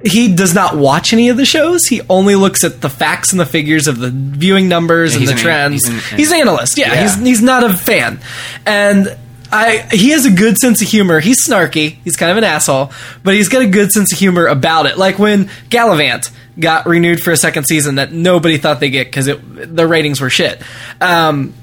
Speaker 1: he does not watch any of the shows. He only looks at the facts and the figures of the viewing numbers and
Speaker 2: he's
Speaker 1: the
Speaker 2: an-
Speaker 1: trends.
Speaker 2: he's
Speaker 1: He's
Speaker 2: an-
Speaker 1: an, analyst. Yeah,
Speaker 2: Yeah.
Speaker 1: he's he's not a fan. And I he has a good sense of humor. He's snarky. He's kind of an asshole, but he's got a good sense of humor about it. Like when Gallivant got renewed for a second season that nobody thought they'd get because it the ratings were shit. Um,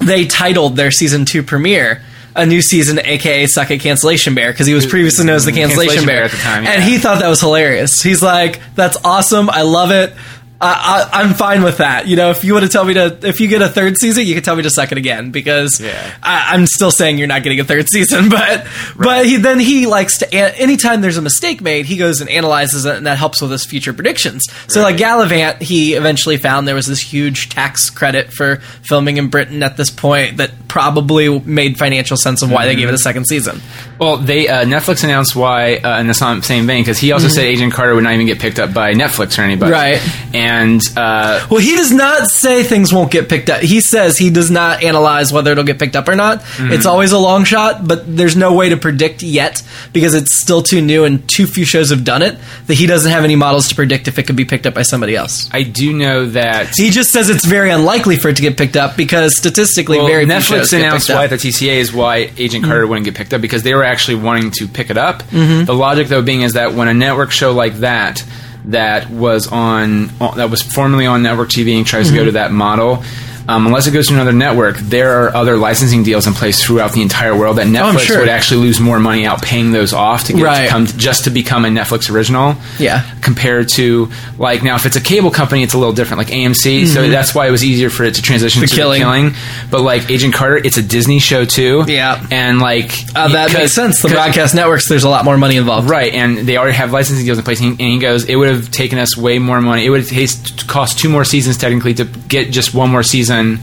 Speaker 1: they titled their season two premiere a new season, aka Suck It Cancellation Bear, because he was previously known as the Cancellation,
Speaker 2: Cancellation Bear
Speaker 1: Bear
Speaker 2: at the time, yeah.
Speaker 1: and he thought that was hilarious. He's like, "That's awesome! I love it. I, I, I'm fine with that." You know, if you want to tell me to, if you get a third season, you can tell me to suck it again because
Speaker 2: Yeah.
Speaker 1: I, I'm still saying you're not getting a third season. (laughs) But but he then he likes to an- anytime there's a mistake made, he goes and analyzes it, and that helps with his future predictions. So like Gallivant, he eventually found there was this huge tax credit for filming in Britain at this point that probably made financial sense of why they gave it a second season.
Speaker 2: Well, they uh, Netflix announced why uh, in the sam- same vein because he also said Agent Carter would not even get picked up by Netflix or anybody.
Speaker 1: Mm-hmm. Right.
Speaker 2: And uh,
Speaker 1: Well, he does not say things won't get picked up. He says he does not analyze whether it'll get picked up or not.
Speaker 2: Mm-hmm.
Speaker 1: It's always a long shot, but there's no way to predict yet because it's still too new and too few shows have done it that he doesn't have any models to predict if it could be picked up by somebody else.
Speaker 2: I do know that
Speaker 1: He just says it's very unlikely for it to get picked up because statistically,
Speaker 2: Well,
Speaker 1: very few shows
Speaker 2: Netflix
Speaker 1: get
Speaker 2: announced
Speaker 1: picked up. Mm-hmm.
Speaker 2: why the TCA is why Agent Carter wouldn't get picked up because they were actually wanting to pick it up. The logic though being is that when a network show like that
Speaker 1: Mm-hmm.
Speaker 2: that was on that was formerly on network TV and tries to go to that model, um, unless it goes to another network, there are other licensing deals in place throughout the entire world that
Speaker 1: Oh, I'm
Speaker 2: Netflix
Speaker 1: sure.
Speaker 2: would actually lose more money out paying those off to get it to
Speaker 1: Right.
Speaker 2: come- just to become a Netflix original.
Speaker 1: Yeah.
Speaker 2: compared to like now, if it's a cable company, it's a little different, like AMC. So that's why it was easier for it to transition
Speaker 1: The
Speaker 2: to
Speaker 1: Mm-hmm. Killing.
Speaker 2: The Killing. But like Agent Carter, it's a Disney show too.
Speaker 1: Yeah.
Speaker 2: and like
Speaker 1: Uh, that makes
Speaker 2: because-
Speaker 1: sense. The
Speaker 2: 'cause-
Speaker 1: broadcast networks, there's a lot more money involved.
Speaker 2: Right, and they already have licensing deals in place. And he goes, it would have taken us way more money. It would have cost two more seasons technically to get just one more season,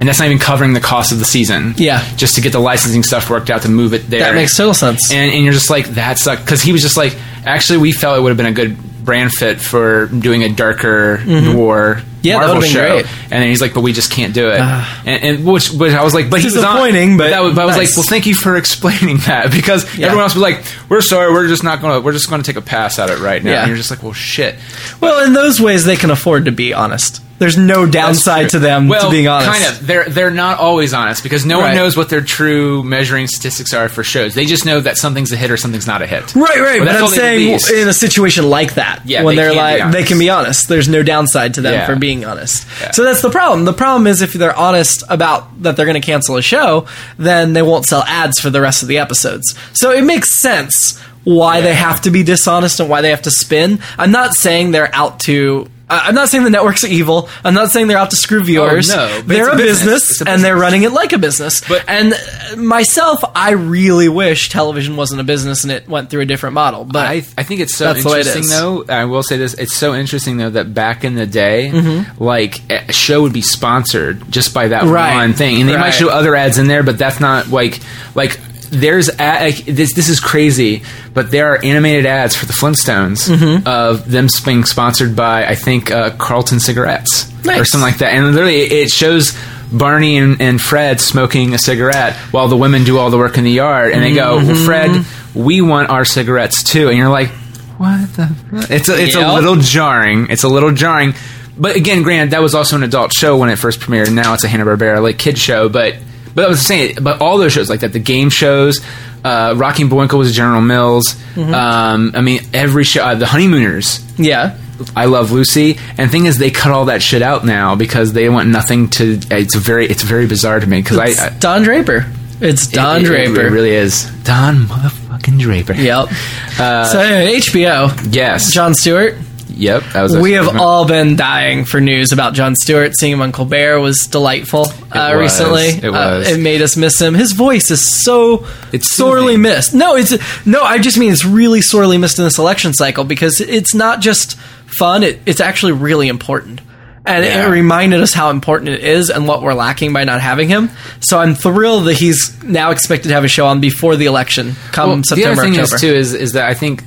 Speaker 2: and that's not even covering the cost of the season.
Speaker 1: Yeah.
Speaker 2: just to get the licensing stuff worked out to move it there.
Speaker 1: That makes total sense.
Speaker 2: And, and you're just like that sucked because he was just like, actually, we felt it would have been a good brand fit for doing a darker noir
Speaker 1: Mm-hmm. Yeah, that
Speaker 2: Marvel
Speaker 1: would've been
Speaker 2: show.
Speaker 1: great. Ah.
Speaker 2: And then he's like, but we just can't do it. and, and which, which I was like, but he's
Speaker 1: Disappointing,
Speaker 2: not,
Speaker 1: but
Speaker 2: that was, I was
Speaker 1: nice.
Speaker 2: like, well, thank you for (laughs) explaining that because
Speaker 1: Yeah.
Speaker 2: everyone else was like, we're sorry, we're just not gonna, we're just gonna take a pass at it right now.
Speaker 1: Yeah.
Speaker 2: And you're just like, well, shit.
Speaker 1: Well, in those ways, they can afford to be honest. There's no
Speaker 2: That's
Speaker 1: downside
Speaker 2: true.
Speaker 1: to them
Speaker 2: well,
Speaker 1: to being honest.
Speaker 2: Kind of. They're they're not always honest because no
Speaker 1: Right.
Speaker 2: one knows what their true measuring statistics are for shows. They just know that something's a hit or something's not a hit.
Speaker 1: Right, right.
Speaker 2: Well,
Speaker 1: but
Speaker 2: that's
Speaker 1: I'm
Speaker 2: all they
Speaker 1: saying
Speaker 2: released.
Speaker 1: in a situation like that,
Speaker 2: Yeah,
Speaker 1: when
Speaker 2: they
Speaker 1: are
Speaker 2: can be
Speaker 1: like, they
Speaker 2: honest.
Speaker 1: can be honest. There's no downside to them
Speaker 2: Yeah.
Speaker 1: for being honest.
Speaker 2: Yeah.
Speaker 1: So that's the problem. The problem is if they're honest about that they're going to cancel a show, then they won't sell ads for the rest of the episodes. So it makes sense why they have to be dishonest and why they have to spin. I'm not saying they're out to. I- I'm not saying the networks are evil. I'm not saying they're out to screw viewers.
Speaker 2: Oh, no, but
Speaker 1: they're a
Speaker 2: it's a
Speaker 1: business,
Speaker 2: business. It's a
Speaker 1: and they're running it like a business.
Speaker 2: But-
Speaker 1: and uh, myself, I really wish television wasn't a business and it went through a different model. But
Speaker 2: I, I think it's so
Speaker 1: That's the way it
Speaker 2: interesting
Speaker 1: is.
Speaker 2: though. I will say this: it's so interesting though that back in the day, like a show would be sponsored just by that
Speaker 1: Mm-hmm. Right.
Speaker 2: one thing, and they
Speaker 1: Right.
Speaker 2: might show other ads in there, but that's not like like there's ad, like, this. This is crazy, but there are animated ads for the Flintstones of them being sponsored by I think uh, Carlton cigarettes or
Speaker 1: Nice.
Speaker 2: something like that, and literally it it shows. Barney and, and Fred smoking a cigarette while the women do all the work in the yard, and they go, well, "Fred, we want our cigarettes too." And you're like, what the? fuck? It's a, it's
Speaker 1: Yeah.
Speaker 2: a little jarring. It's a little jarring. But again, granted, that was also an adult show when it first premiered. and Now it's a Hanna Barbera like kid show. But but I was saying, but all those shows like that, the game shows, uh, Rocking Boinkle was General Mills.
Speaker 1: Mm-hmm.
Speaker 2: Um, I mean, every show, uh, the Honeymooners.
Speaker 1: yeah,
Speaker 2: I love Lucy, and thing is, they cut all that shit out now because they want nothing to. It's very, it's very bizarre to me because
Speaker 1: it's
Speaker 2: I, I
Speaker 1: Don Draper. It's Don
Speaker 2: it- it-
Speaker 1: Draper.
Speaker 2: it really is Don motherfucking Draper.
Speaker 1: Yep. so anyway, HBO,
Speaker 2: Uh, Yes.
Speaker 1: John Stewart.
Speaker 2: Yep. That was
Speaker 1: We have
Speaker 2: all.
Speaker 1: all been dying for news about John Stewart. Seeing him on Colbert was delightful uh,
Speaker 2: was.
Speaker 1: recently.
Speaker 2: It
Speaker 1: Uh,
Speaker 2: was.
Speaker 1: it made us miss him. His voice is so
Speaker 2: It's
Speaker 1: sorely
Speaker 2: soothing.
Speaker 1: missed. No, it's no. I just mean it's really sorely missed in this election cycle because it's not just fun. It, it's actually really important. And
Speaker 2: Yeah.
Speaker 1: it reminded us how important it is and what we're lacking by not having him. So I'm thrilled that he's now expected to have a show on before the election come
Speaker 2: Well,
Speaker 1: Um, September.
Speaker 2: The other thing
Speaker 1: October
Speaker 2: is too is is that I think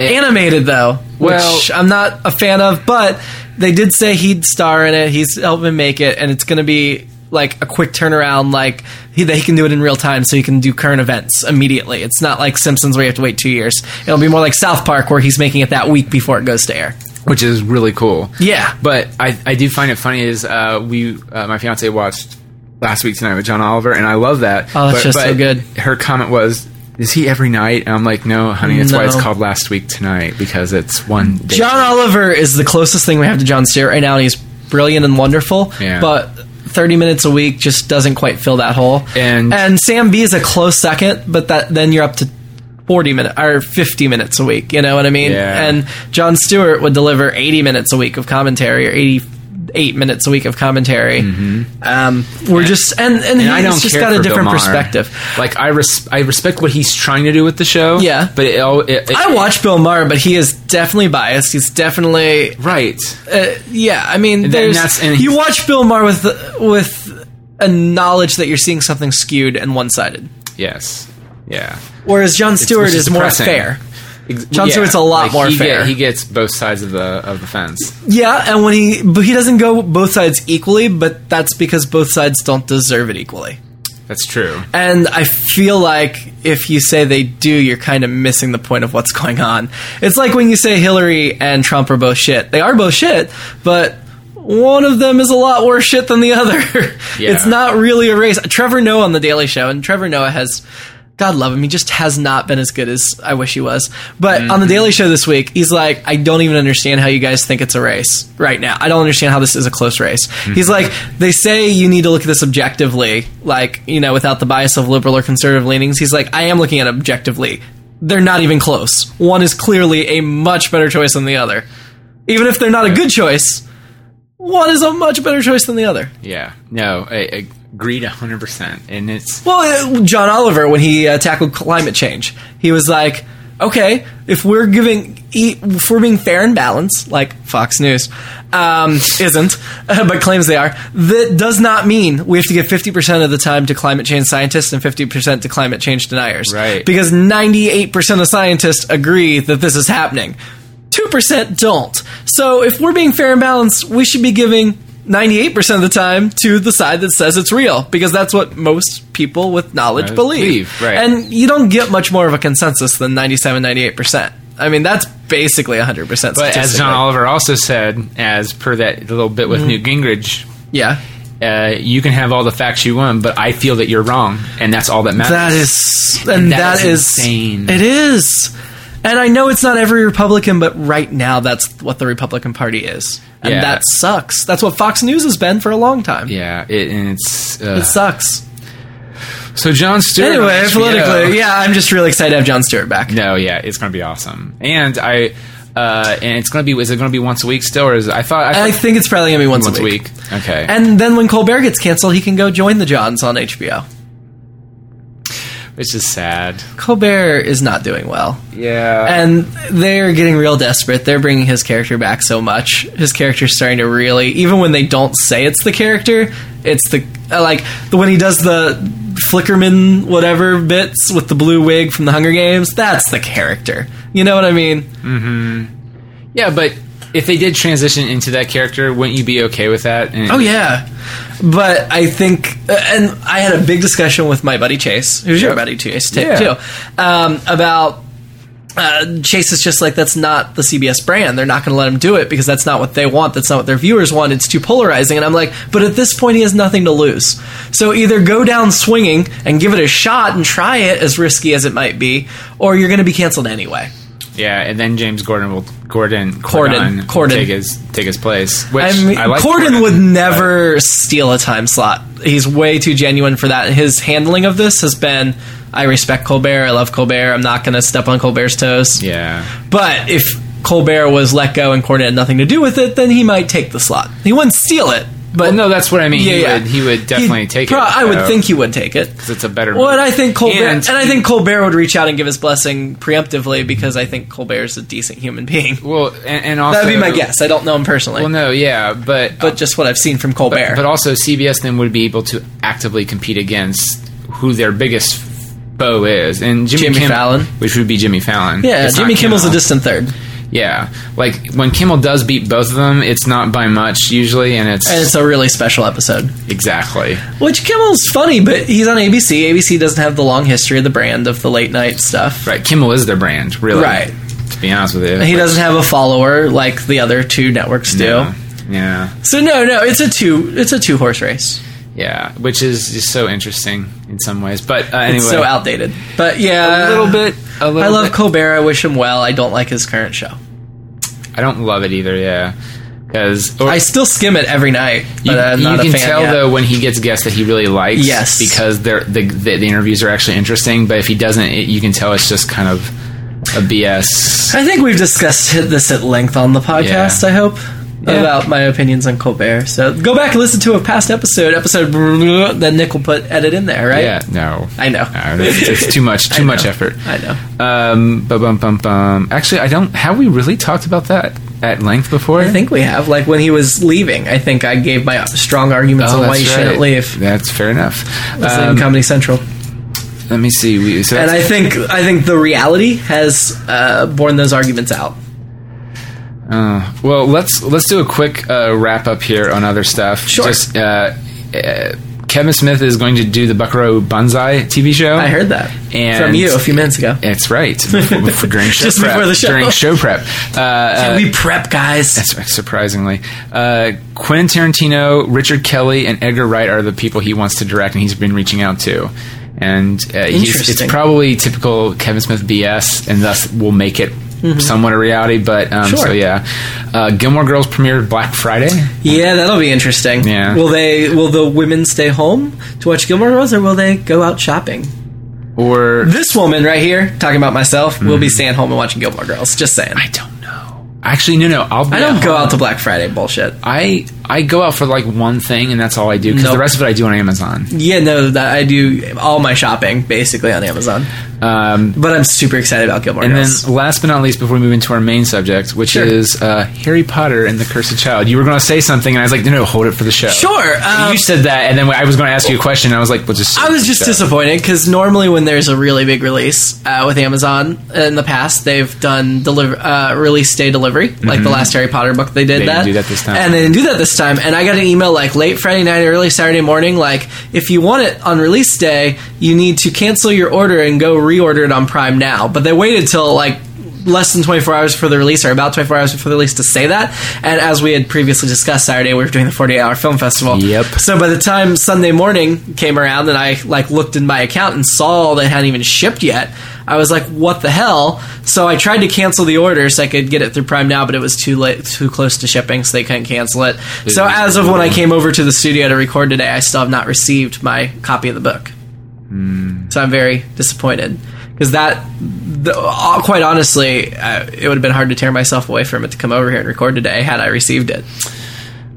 Speaker 1: animated though, which
Speaker 2: Well-
Speaker 1: I'm not a fan of, but they did say he'd star in it. He's helping make it, and it's going to be like a quick turnaround. Like he, that he can do it in real time, so he can do current events immediately. It's not like Simpsons where you have to wait two years. It'll be more like South Park where he's making it that week before it goes to air.
Speaker 2: which is really cool.
Speaker 1: Yeah.
Speaker 2: But I I do find it funny is uh we uh, my fiance watched last week tonight with John Oliver and I love that.
Speaker 1: Oh, that's
Speaker 2: but,
Speaker 1: just so
Speaker 2: but
Speaker 1: good.
Speaker 2: Her comment was. Is he every night? And I'm like, no, honey. That's why it's
Speaker 1: No.
Speaker 2: called last week tonight because it's one day.
Speaker 1: John Oliver is the closest thing we have to John Stewart right now, and he's brilliant and wonderful.
Speaker 2: Yeah.
Speaker 1: But 30 minutes a week just doesn't quite fill that hole.
Speaker 2: And-
Speaker 1: Sam B is a close second, but that then you're up to 40 minutes or 50 minutes a week. You know what I mean?
Speaker 2: Yeah.
Speaker 1: And John Stewart would deliver 80 minutes a week of commentary or 88 minutes a week of commentary. Um, we're just and and,
Speaker 2: Mm-hmm. and I don't
Speaker 1: he's just
Speaker 2: care
Speaker 1: got a
Speaker 2: for Bill
Speaker 1: different
Speaker 2: Maher.
Speaker 1: perspective.
Speaker 2: Like I, res- I respect what he's trying to do with the show.
Speaker 1: Yeah.
Speaker 2: but it, all it, it
Speaker 1: I watch Bill Maher, but he is definitely biased. He's definitely
Speaker 2: right.
Speaker 1: uh, yeah, I mean,
Speaker 2: And
Speaker 1: there's
Speaker 2: that's- and
Speaker 1: you
Speaker 2: he's-
Speaker 1: watch Bill Maher with with a knowledge that you're seeing something skewed and one sided,
Speaker 2: Yes, yeah.
Speaker 1: whereas John Stewart
Speaker 2: which is
Speaker 1: is more
Speaker 2: depressing.
Speaker 1: fair.
Speaker 2: Ex-
Speaker 1: John Stewart's a lot more
Speaker 2: he get-
Speaker 1: fair.
Speaker 2: he gets both sides of the of the fence.
Speaker 1: Yeah, and when he but he doesn't go both sides equally, but that's because both sides don't deserve it equally.
Speaker 2: That's true.
Speaker 1: And I feel like if you say they do, you're kind of missing the point of what's going on. It's like when you say Hillary and Trump are both shit. They are both shit, but one of them is a lot worse shit than the other. (laughs)
Speaker 2: Yeah.
Speaker 1: It's not really a race. Trevor Noah on The Daily Show, and Trevor Noah has God love him, he just has not been as good as I wish he was. But on the Daily Show this week, he's like, I don't even understand how you guys think it's a race right now. I don't understand how this is a close race. He's like, they say you need to look at this objectively, like, you know, without the bias of liberal or conservative leanings. He's like, I am looking at it objectively. They're not even close. One is clearly a much better choice than the other. Even if they're not a good choice, one is a much better choice than the other.
Speaker 2: Yeah. No, I, I agreed 100%. And it's.
Speaker 1: Well, uh, John Oliver, when he uh, tackled climate change, he was like, "Okay, if we're giving, e- if we're being fair and balanced, like Fox News um, isn't, (laughs) but claims they are, that does not mean we have to give fifty percent of the time to climate change scientists and fifty percent to climate change deniers,
Speaker 2: Right.
Speaker 1: Because ninety-eight percent of scientists agree that this is happening, two percent don't. So if we're being fair and balanced, we should be giving 98% of the time to the side that says it's real because that's what most people with knowledge
Speaker 2: Right,
Speaker 1: believe.
Speaker 2: believe, right.
Speaker 1: And you don't get much more of a consensus than 97 98%. I mean, that's basically 100%
Speaker 2: But as
Speaker 1: statistically. Mm-hmm.
Speaker 2: John Oliver also said, as per that little bit with Newt Gingrich,
Speaker 1: Yeah.
Speaker 2: uh, you can have all the facts you want, but I feel that you're wrong, and that's all that matters.
Speaker 1: That is and
Speaker 2: That
Speaker 1: that
Speaker 2: is
Speaker 1: is
Speaker 2: insane.
Speaker 1: It is. And I know it's not every Republican, but right now that's what the Republican Party is. And
Speaker 2: Yeah.
Speaker 1: that sucks. That's what Fox News has been for a long time.
Speaker 2: Yeah, it, and it's uh,
Speaker 1: It sucks.
Speaker 2: so John Stewart. on
Speaker 1: Anyway,
Speaker 2: HBO.
Speaker 1: politically, yeah, I'm just really excited to have John Stewart back.
Speaker 2: No, yeah, it's gonna be awesome, and I, uh, and it's gonna be. Is it gonna be once a week still, or is it, I thought I,
Speaker 1: I
Speaker 2: thought
Speaker 1: think it's probably gonna be once,
Speaker 2: once
Speaker 1: a week.
Speaker 2: Okay,
Speaker 1: And then when Colbert gets canceled, he can go join the Johns on HBO.
Speaker 2: which is sad.
Speaker 1: Colbert is not doing well.
Speaker 2: Yeah,
Speaker 1: And they're getting real desperate. They're bringing his character back so much. His character's starting to really, even when they don't say it's the character, it's the uh, like the when he does the Flickerman whatever bits with the blue wig from the Hunger Games. That's the character. You know what I mean?
Speaker 2: yeah, but if they did transition into that character, wouldn't you be okay with that? And-
Speaker 1: Oh yeah, but I think, uh, and I had a big discussion with my buddy Chase, who's your buddy Chase t-
Speaker 2: Yeah.
Speaker 1: too, um, about. Uh, Chase is just like that's not the CBS brand. They're not going to let him do it because that's not what they want. That's not what their viewers want. It's too polarizing. And I'm like, but at this point, he has nothing to lose. So either go down swinging and give it a shot and try it, as risky as it might be, or you're going to be canceled anyway.
Speaker 2: Yeah, and then James Gordon will Gordon
Speaker 1: Corden.
Speaker 2: Cordon
Speaker 1: Corden.
Speaker 2: take his take his place. Which
Speaker 1: I mean,
Speaker 2: I like
Speaker 1: Corden, would never steal a time slot. He's way too genuine for that. His handling of this has been, I respect Colbert. I love Colbert. I'm not going to step on Colbert's toes.
Speaker 2: Yeah,
Speaker 1: But if Colbert was let go and Corden had nothing to do with it, then he might take the slot. He wouldn't steal it. But
Speaker 2: Well, no, that's what I mean.
Speaker 1: Yeah,
Speaker 2: he,
Speaker 1: yeah.
Speaker 2: Would, he would definitely
Speaker 1: He'd
Speaker 2: take
Speaker 1: pro-
Speaker 2: it.
Speaker 1: I
Speaker 2: so-
Speaker 1: would think he would take it.
Speaker 2: 'cause it's a better.
Speaker 1: Well,
Speaker 2: move.
Speaker 1: and I think Colbert, and,
Speaker 2: And
Speaker 1: I
Speaker 2: he-
Speaker 1: think Colbert would reach out and give his blessing preemptively because I think Colbert's a decent human being.
Speaker 2: Well, and, and also
Speaker 1: That would be my guess. I don't know him personally,
Speaker 2: Well, no, yeah, but
Speaker 1: but just what I've seen from Colbert.
Speaker 2: but also CBS then would be able to actively compete against who their biggest foe is, and Jimmy,
Speaker 1: Jimmy
Speaker 2: Kim-
Speaker 1: Fallon.
Speaker 2: which would be Jimmy Fallon.
Speaker 1: Yeah,
Speaker 2: It's not
Speaker 1: Jimmy Kimmel's a
Speaker 2: Kimmel.
Speaker 1: distant third,
Speaker 2: Yeah, like when Kimmel does beat both of them, it's not by much usually, and it's,
Speaker 1: and it's a really special episode.
Speaker 2: exactly
Speaker 1: Which Kimmel's funny, but he's on ABC. ABC doesn't have the long history of the brand of the late night stuff.
Speaker 2: right. Kimmel is their brand, really.
Speaker 1: Right.
Speaker 2: To be honest with you,
Speaker 1: He doesn't have a follower like the other two networks do.
Speaker 2: Yeah. Yeah.
Speaker 1: So no, no, it's a two, it's a two horse race.
Speaker 2: Yeah, which is just so interesting in some ways. But uh, anyway,
Speaker 1: It's so outdated, but yeah,
Speaker 2: a little bit. A little
Speaker 1: I love
Speaker 2: bit.
Speaker 1: Colbert. I wish him well. I don't like his current show.
Speaker 2: I don't love it either. Yeah, because
Speaker 1: I still skim it every night, but
Speaker 2: you,
Speaker 1: I'm not
Speaker 2: you
Speaker 1: a
Speaker 2: can
Speaker 1: fan
Speaker 2: tell
Speaker 1: yet.
Speaker 2: though when he gets guests that he really likes.
Speaker 1: Yes.
Speaker 2: because they're the, the, the interviews are actually interesting. But if he doesn't, it, you can tell it's just kind of a BS.
Speaker 1: I think we've discussed it- this at length on the podcast.
Speaker 2: Yeah.
Speaker 1: I hope
Speaker 2: Yeah.
Speaker 1: about my opinions on Colbert. So go back and listen to a past episode, episode blah, blah, blah, that Nick will put edit in there, right?
Speaker 2: Yeah, no.
Speaker 1: I know.
Speaker 2: No, it's, it's too much. Too much
Speaker 1: know.
Speaker 2: effort.
Speaker 1: (laughs) I know.
Speaker 2: Um, bum bum bum bum. Actually, I don't. Have we really talked about that at length before?
Speaker 1: I think we have. Like when he was leaving, I think I gave my strong arguments on why
Speaker 2: Oh, that's
Speaker 1: you shouldn't
Speaker 2: right.
Speaker 1: leave.
Speaker 2: That's fair enough.
Speaker 1: It's
Speaker 2: Um,
Speaker 1: in Comedy Central,
Speaker 2: Let me see. We, so
Speaker 1: and
Speaker 2: that's-
Speaker 1: I think I think the reality has uh, borne those arguments out.
Speaker 2: Uh, well, let's let's do a quick uh, wrap up here on other stuff.
Speaker 1: Sure.
Speaker 2: Just, uh, uh, Kevin Smith is going to do the Buckaroo Banzai TV show.
Speaker 1: I heard that
Speaker 2: And-
Speaker 1: from you a few minutes ago. (laughs)
Speaker 2: It's right. Before, before- during show
Speaker 1: Just
Speaker 2: prep,
Speaker 1: before the show.
Speaker 2: During show prep. Uh, uh,
Speaker 1: we prep, guys.
Speaker 2: that's surprisingly, uh, Quentin Tarantino, Richard Kelly, and Edgar Wright are the people he wants to direct, and he's been reaching out to. and uh, he's, it's
Speaker 1: Interesting.
Speaker 2: probably typical Kevin Smith BS, and thus will make it somewhat a reality. But um, so
Speaker 1: Mm-hmm. Sure.
Speaker 2: yeah, uh, Gilmore Girls premiered Black Friday.
Speaker 1: Yeah, that'll be interesting.
Speaker 2: Yeah.
Speaker 1: Will they? Will the women stay home to watch Gilmore Girls, or will they go out shopping?
Speaker 2: Or
Speaker 1: This woman right here, talking about myself, will be staying home and watching Gilmore Girls. Just saying.
Speaker 2: Mm-hmm. I don't know. Actually, no, no. I'll be
Speaker 1: I don't
Speaker 2: at
Speaker 1: go
Speaker 2: home.
Speaker 1: out to Black Friday bullshit.
Speaker 2: I I go out for like one thing, and that's all I do. Because the
Speaker 1: Nope. Mm-hmm.
Speaker 2: rest of it I do on Amazon.
Speaker 1: Yeah, no, that I do all my shopping basically on Amazon.
Speaker 2: Um,
Speaker 1: But I'm super excited about Gilmore
Speaker 2: and then,
Speaker 1: Girls.
Speaker 2: last but not least, before we move into our main subject, which
Speaker 1: Sure.
Speaker 2: is uh, Harry Potter and the Cursed Child, you were going to say something, and I was like, no, no, hold it for the show.
Speaker 1: sure. Um,
Speaker 2: you said that, and then I was going to ask you a question. And I was like, "Well, just."
Speaker 1: I was just
Speaker 2: Yeah.
Speaker 1: disappointed because normally when there's a really big release uh, with Amazon in the past, they've done deliver uh, release day delivery, like the last Harry Potter book. They did
Speaker 2: Mm-hmm. They didn't
Speaker 1: that.
Speaker 2: do that this time.
Speaker 1: and they didn't do that this time. And I got an email like late Friday night, early Saturday morning, like if you want it on release day, you need to cancel your order and go reorder it on Prime now. But they waited till like. Less than 24 hours before the release, or about 24 hours before the release, to say that. And as we had previously discussed, Saturday we were doing the 48 hour film festival.
Speaker 2: Yep.
Speaker 1: So by the time Sunday morning came around and I like looked in my account and saw they hadn't even shipped yet, I was like, "What the hell?" So I tried to cancel the order so I could get it through Prime now, but it was too late, too close to shipping, so they couldn't cancel it. So
Speaker 2: was
Speaker 1: as of when I came over to the studio to record today, I still have not received my copy of the book. So I'm very disappointed because that, the, uh, quite honestly, uh, it would have been hard to tear myself away from it to come over here and record today had I received it.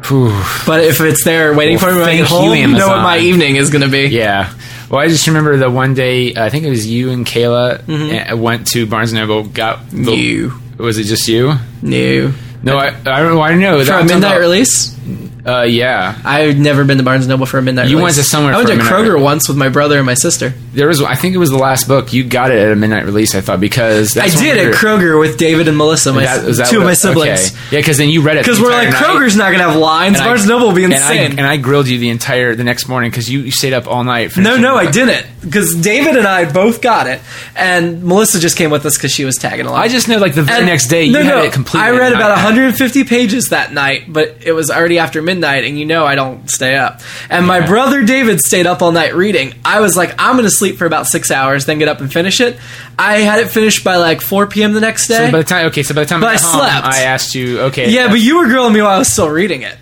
Speaker 2: Whew.
Speaker 1: But if it's there waiting
Speaker 2: Well,
Speaker 1: for me when I
Speaker 2: thank
Speaker 1: get home,
Speaker 2: you,
Speaker 1: you know what
Speaker 2: Amazon.
Speaker 1: my evening is going to be.
Speaker 2: Yeah. Well, I just remember the one day I think it was you and Kayla eh, went to Barnes and Noble. Got the,
Speaker 1: Mm-hmm. You
Speaker 2: Was it just you?
Speaker 1: knew
Speaker 2: No, I I don't. I know
Speaker 1: for
Speaker 2: that
Speaker 1: a
Speaker 2: I'm talking
Speaker 1: midnight
Speaker 2: about-
Speaker 1: release.
Speaker 2: Uh, yeah.
Speaker 1: I've never been to Barnes and Noble for a midnight.
Speaker 2: You
Speaker 1: release.
Speaker 2: went to somewhere
Speaker 1: I went
Speaker 2: for a
Speaker 1: to
Speaker 2: midnight
Speaker 1: Kroger
Speaker 2: release.
Speaker 1: once with my brother and my sister.
Speaker 2: There was. I think it was the last book you got it at a midnight release. I thought because that's
Speaker 1: I
Speaker 2: when
Speaker 1: did
Speaker 2: we
Speaker 1: at
Speaker 2: were-
Speaker 1: Kroger with David and Melissa, my
Speaker 2: that- was that
Speaker 1: two of
Speaker 2: what-
Speaker 1: my siblings.
Speaker 2: okay. Yeah, because then you read it the
Speaker 1: Because we're like
Speaker 2: entire night.
Speaker 1: Kroger's not going to have lines.
Speaker 2: And I-
Speaker 1: Barnes and Noble will be
Speaker 2: and I-
Speaker 1: insane.
Speaker 2: And I, grilled you the entire the next morning because you, you stayed up all night.
Speaker 1: no,
Speaker 2: finishing
Speaker 1: no,
Speaker 2: the
Speaker 1: I
Speaker 2: book.
Speaker 1: didn't. Because David and I both got it, and Melissa just came with us because she was tagging along.
Speaker 2: I just know like the very
Speaker 1: And-
Speaker 2: next day you
Speaker 1: no,
Speaker 2: had
Speaker 1: no,
Speaker 2: it completely.
Speaker 1: I read
Speaker 2: in
Speaker 1: about
Speaker 2: my head.
Speaker 1: 150 pages that night, but it was already after midnight, and you know I don't stay up. And my
Speaker 2: Yeah.
Speaker 1: brother David stayed up all night reading. I was like, I'm going to sleep for about six hours, then get up and finish it. I had it finished by like 4 p.m. the next day.
Speaker 2: So by the time okay, so by the time
Speaker 1: But
Speaker 2: I,
Speaker 1: I
Speaker 2: got home,
Speaker 1: slept.
Speaker 2: I asked you okay.
Speaker 1: yeah, but you were grilling me while I was still reading it.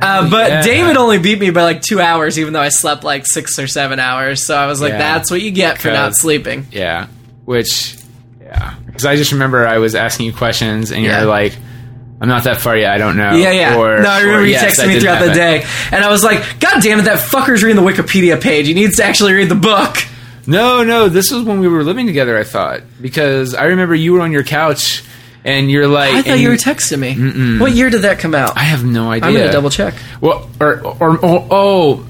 Speaker 1: Uh, but
Speaker 2: Oh, yeah.
Speaker 1: David only beat me by like two hours, even though I slept like six or seven hours. So I was like,
Speaker 2: Yeah.
Speaker 1: "That's what you get for not
Speaker 2: Because-
Speaker 1: sleeping."
Speaker 2: yeah, which yeah, because I just remember I was asking you questions and
Speaker 1: Yeah.
Speaker 2: you're like, I'm not that far yet. I don't know.
Speaker 1: Yeah, yeah.
Speaker 2: Or,
Speaker 1: no, I remember
Speaker 2: or,
Speaker 1: you
Speaker 2: yes,
Speaker 1: texted
Speaker 2: that
Speaker 1: me
Speaker 2: didn't
Speaker 1: throughout the
Speaker 2: happen.
Speaker 1: day, and I was like, "God damn it, that fucker's reading the Wikipedia page. He needs to actually read the book."
Speaker 2: No, no, this was when we were living together. I thought because I remember you were on your couch and you're like,
Speaker 1: I thought
Speaker 2: and-
Speaker 1: you were texting me. What year did that come out?
Speaker 2: I
Speaker 1: I,
Speaker 2: have no idea.
Speaker 1: am gonna double check.
Speaker 2: Well, or or oh, oh,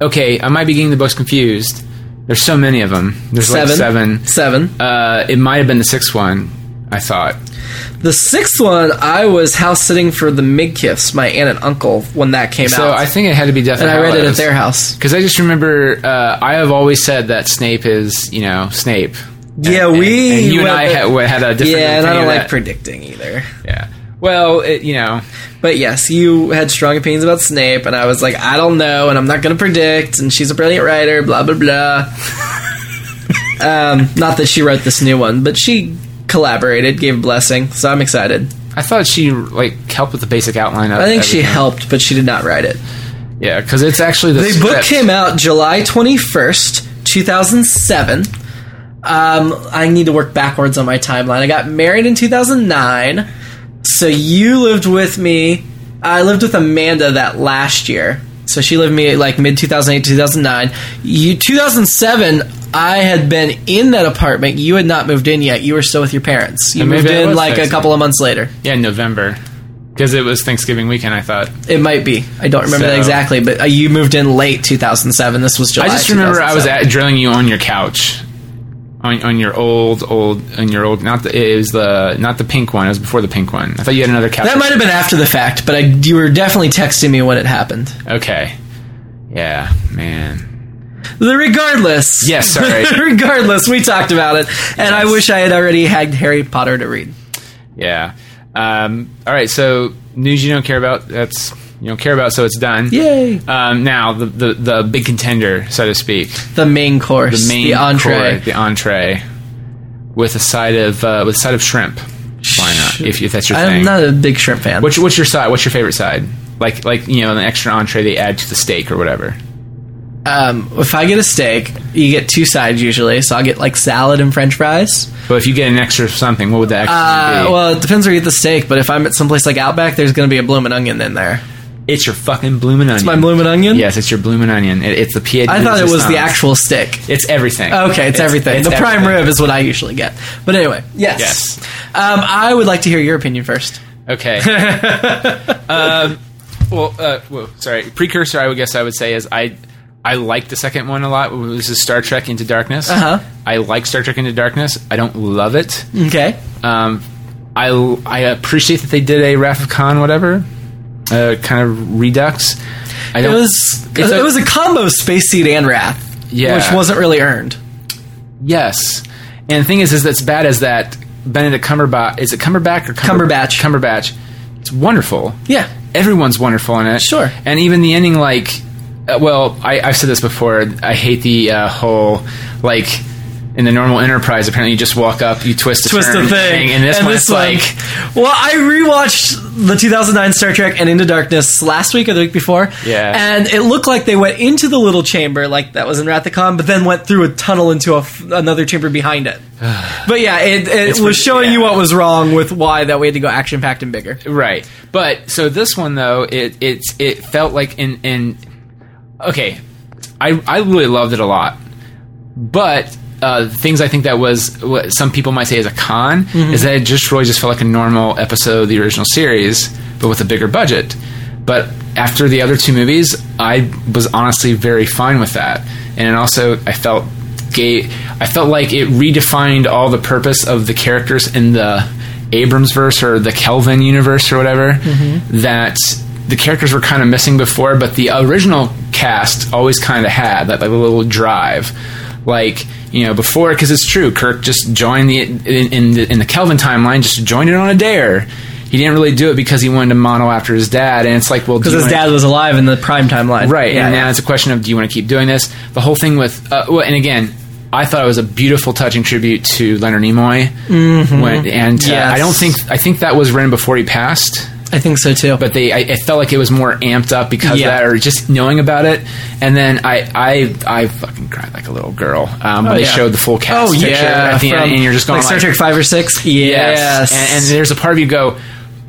Speaker 2: okay. I might be getting the books confused. There's so many of them. There's
Speaker 1: Seven,
Speaker 2: like seven.
Speaker 1: seven.
Speaker 2: Uh, it might have been the sixth one. I thought.
Speaker 1: The sixth one, I was house sitting for the Midkiffs, my aunt and uncle, when that came
Speaker 2: So
Speaker 1: out,
Speaker 2: I think it had to be Deathly
Speaker 1: and I read it at their house.
Speaker 2: Because I just remember, uh, I have always said that Snape is, you know, Snape.
Speaker 1: yeah,
Speaker 2: And-
Speaker 1: we.
Speaker 2: and you and
Speaker 1: went-
Speaker 2: I had, we had a different.
Speaker 1: yeah, and I
Speaker 2: opinion
Speaker 1: don't
Speaker 2: of
Speaker 1: like
Speaker 2: that.
Speaker 1: predicting either.
Speaker 2: yeah. Well, it, you know,
Speaker 1: But yes, you had strong opinions about Snape, and I was like, I don't know, and I'm not going to predict, and she's a brilliant writer, blah, blah,
Speaker 2: (laughs)
Speaker 1: blah. um, not that she wrote this new one, but she collaborated, gave a blessing, so I'm excited.
Speaker 2: I thought she like helped with the basic outline. Of
Speaker 1: I think she
Speaker 2: everything.
Speaker 1: helped, but she did not write it.
Speaker 2: Yeah, because it's actually the,
Speaker 1: The book
Speaker 2: script.
Speaker 1: came out July 21st, 2007. Um, I need to work backwards on my timeline. I got married in 2009. So you lived with me. I lived with Amanda that last year. So she lived with me like mid 2008 2009. You 2007 I had been in that apartment. You had not moved in yet. You were still with your parents. You
Speaker 2: And maybe
Speaker 1: moved
Speaker 2: I
Speaker 1: in
Speaker 2: was
Speaker 1: like a
Speaker 2: texting.
Speaker 1: couple of months later.
Speaker 2: Yeah, in November. Because it was Thanksgiving weekend, I thought.
Speaker 1: It might be. I don't remember
Speaker 2: So-
Speaker 1: that exactly, but uh, you moved in late 2007. This was July.
Speaker 2: I just remember I was
Speaker 1: 2007.
Speaker 2: at, drilling you on your couch, on, on your old old on your old not the it was the not the pink one. It was before the pink one. I thought you had another couch.
Speaker 1: That might have been after the fact, but I, you were definitely texting me when it happened.
Speaker 2: okay. Yeah, man.
Speaker 1: The- Regardless. (laughs)
Speaker 2: Yes, sorry.
Speaker 1: regardless, we talked about it, and I
Speaker 2: Yes.
Speaker 1: wish I had already had Harry Potter to read.
Speaker 2: Yeah. Um, all right. So news you don't care about. That's you don't care about, so it's done.
Speaker 1: Yay.
Speaker 2: Um, now the, the the big contender, so to speak,
Speaker 1: The main course,
Speaker 2: the
Speaker 1: the,
Speaker 2: main
Speaker 1: entree.
Speaker 2: course, the entree, with a side of uh, with a side of shrimp. Why not? If, if that's your
Speaker 1: I'm
Speaker 2: thing.
Speaker 1: not a big shrimp fan.
Speaker 2: What's what's your side? What's your favorite side? Like like you know an extra entree they add to the steak or whatever.
Speaker 1: um, if I get a steak, you get two sides usually, so I'll get like salad and French fries.
Speaker 2: But if you get an extra something, what would that extra
Speaker 1: Uh,
Speaker 2: be?
Speaker 1: well, it depends where you get the steak, but if I'm at someplace like Outback, there's going to be a bloomin' onion in there.
Speaker 2: it's your fucking bloomin' onion.
Speaker 1: It's my bloomin' onion.
Speaker 2: Yes, it's your bloomin' onion. It, it's the pied.
Speaker 1: I
Speaker 2: de
Speaker 1: thought it was the
Speaker 2: resistance.
Speaker 1: actual steak.
Speaker 2: It's everything.
Speaker 1: Okay, it's, everything.
Speaker 2: it's
Speaker 1: the prime
Speaker 2: everything.
Speaker 1: rib is what I usually get. But anyway, yes.
Speaker 2: Yes.
Speaker 1: Um, I would like to hear your opinion first.
Speaker 2: Okay. um,
Speaker 1: (laughs)
Speaker 2: well, uh, whoa, sorry. Precursor, I would guess I would say is I I like the second one a lot. This is Star Trek Into Darkness.
Speaker 1: Uh-huh.
Speaker 2: I like Star Trek Into Darkness. I don't love it.
Speaker 1: Okay.
Speaker 2: Um, I I appreciate that they did a Wrath of Khan whatever, uh, kind of redux. I
Speaker 1: It
Speaker 2: don't,
Speaker 1: was
Speaker 2: It's
Speaker 1: it
Speaker 2: a-
Speaker 1: was a combo of space seed and wrath.
Speaker 2: Yeah.
Speaker 1: Which wasn't really earned.
Speaker 2: yes. And the thing is, is that's bad as that Benedict Cumberbatch is it Cumberbatch or Cumber-
Speaker 1: Cumberbatch.
Speaker 2: Cumberbatch. It's wonderful.
Speaker 1: Yeah.
Speaker 2: everyone's wonderful in it.
Speaker 1: Sure.
Speaker 2: And even the ending, like, uh, well, I, I've said this before. I hate the uh, whole, like, in the normal Enterprise, apparently you just walk up, you twist a
Speaker 1: Twist the
Speaker 2: turn,
Speaker 1: thing.
Speaker 2: and this one's
Speaker 1: one-
Speaker 2: like,
Speaker 1: Well, I rewatched the 2009 Star Trek and Into Darkness last week or the week before.
Speaker 2: Yeah.
Speaker 1: And it looked like they went into the little chamber like that was in Wrath of Khan, but then went through a tunnel into a f another chamber behind
Speaker 2: (sighs)
Speaker 1: it. but yeah, it, it was
Speaker 2: ridiculous.
Speaker 1: showing you
Speaker 2: Yeah.
Speaker 1: what was wrong with why that we had to go action packed and bigger.
Speaker 2: right. But so this one though, it it's it felt like in in okay, I I really loved it a lot, but. Uh, things I think that was what some people might say is a con is that it just really just felt like a normal episode of the original series, but with a bigger budget. But after the other two movies, I was honestly very fine with that, and it also I felt gay. I felt like it redefined all the purpose of the characters in the Abrams verse or the Kelvin universe or whatever
Speaker 1: Mm-hmm.
Speaker 2: that the characters were kind of missing before, but the original cast always kind of had that like, little drive. Like you know, before because it's true, Kirk just joined the in, in the in the Kelvin timeline, just joined it on a dare. He didn't really do it because he wanted to model after his dad, and it's like, well,
Speaker 1: Because his dad was alive in the prime timeline.
Speaker 2: Right,
Speaker 1: Yeah,
Speaker 2: and
Speaker 1: yeah.
Speaker 2: now it's a question of do you want to keep doing this? The whole thing with, uh, well, and again, I thought it was a beautiful, touching tribute to Leonard Nimoy. When, and uh,
Speaker 1: Mm-hmm. Yes.
Speaker 2: I don't think I think that was written before he passed
Speaker 1: I think so too.
Speaker 2: but they I, it felt like it was more amped up because
Speaker 1: Yeah.
Speaker 2: of that or just knowing about it and then I I, I fucking cried like a little girl um, but
Speaker 1: Oh,
Speaker 2: they
Speaker 1: yeah.
Speaker 2: showed the full cast
Speaker 1: oh
Speaker 2: picture
Speaker 1: yeah,
Speaker 2: at the
Speaker 1: from-
Speaker 2: end and you're just going
Speaker 1: like Star
Speaker 2: like,
Speaker 1: Trek five or six.
Speaker 2: yes,
Speaker 1: Yes,
Speaker 2: And, and there's a part of you go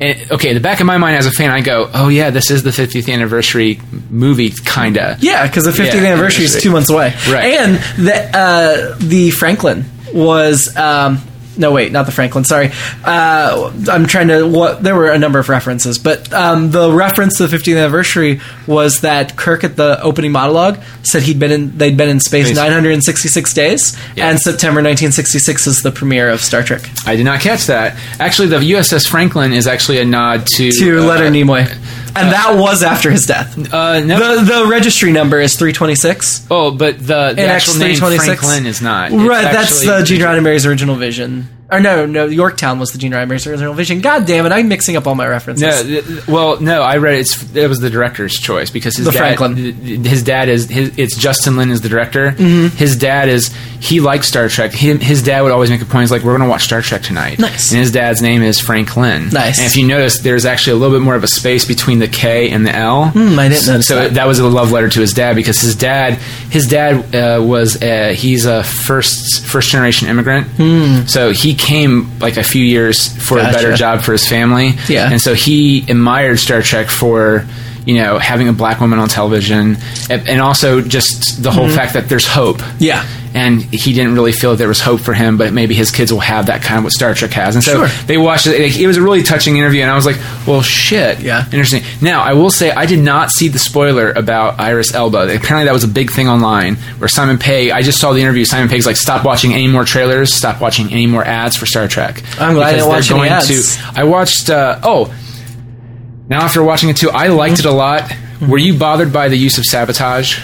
Speaker 2: and, okay the back of my mind as a fan I go oh yeah this is the 50th anniversary movie kinda
Speaker 1: Yeah, because the 50th
Speaker 2: Yeah,
Speaker 1: anniversary is
Speaker 2: anniversary.
Speaker 1: two months away.
Speaker 2: Right.
Speaker 1: And the uh, the Franklin was. Um, no, wait, not the Franklin. Sorry, uh, I'm trying to. What there were a number of references, but um, the reference to the 50th anniversary was that Kirk at the opening monologue said he'd been in they'd been in space
Speaker 2: Space.
Speaker 1: 966 days,
Speaker 2: Yeah.
Speaker 1: and September 1966 is the premiere of Star Trek.
Speaker 2: I did not catch that actually the USS Franklin is actually a nod to
Speaker 1: To
Speaker 2: uh,
Speaker 1: Leonard Nimoy, and that was after his death.
Speaker 2: uh, no,
Speaker 1: the the registry number is 326.
Speaker 2: oh, but the, the
Speaker 1: In
Speaker 2: actual name
Speaker 1: X326.
Speaker 2: Franklin is not. It's
Speaker 1: Right, that's
Speaker 2: actually-
Speaker 1: the Gene Roddenberry's original vision. Or no, no, Yorktown was the Gene Roddenberry's original vision. God damn it, I'm mixing up all my references.
Speaker 2: No, th- th- well, no. I read it's it was the director's choice because his
Speaker 1: The
Speaker 2: dad,
Speaker 1: Franklin.
Speaker 2: th- his dad is his, it's Justin Lin is the director.
Speaker 1: Mm-hmm.
Speaker 2: His dad is he likes Star Trek. Him, his dad would always make a point. He's like, we're going to watch Star Trek tonight.
Speaker 1: Nice.
Speaker 2: And his dad's name is Frank Lin.
Speaker 1: Nice.
Speaker 2: And if you notice, there's actually a little bit more of a space between the K and the L.
Speaker 1: Hmm, I didn't
Speaker 2: So-
Speaker 1: notice
Speaker 2: So
Speaker 1: that.
Speaker 2: that was a love letter to his dad because his dad his dad uh, was uh, he's a first first generation immigrant. So he came like a few years for a better
Speaker 1: Hmm. Gotcha.
Speaker 2: job job for his family.
Speaker 1: Yeah.
Speaker 2: And so he admired Star Trek for, you know, having a black woman on television and, and also just the whole fact that there's hope.
Speaker 1: Mm-hmm. Yeah.
Speaker 2: And he didn't really feel that there was hope for him, but maybe his kids will have that kind of what Star Trek has. And so
Speaker 1: Sure.
Speaker 2: they watched it. like, It was a really touching interview, and I was like, well, shit.
Speaker 1: Yeah.
Speaker 2: Interesting. Now, I will say, I did not see the spoiler about Iris Elba. Apparently, that was a big thing online where Simon Pegg, I just saw the interview. Simon Pegg's like, stop watching any more trailers, stop watching any more ads for Star Trek.
Speaker 1: I'm glad I didn't
Speaker 2: Because
Speaker 1: watch
Speaker 2: they're
Speaker 1: any
Speaker 2: going to-
Speaker 1: ads.
Speaker 2: I watched. Uh, oh, now after watching it too, I liked it a lot.
Speaker 1: Mm-hmm.
Speaker 2: Were you bothered by the use of sabotage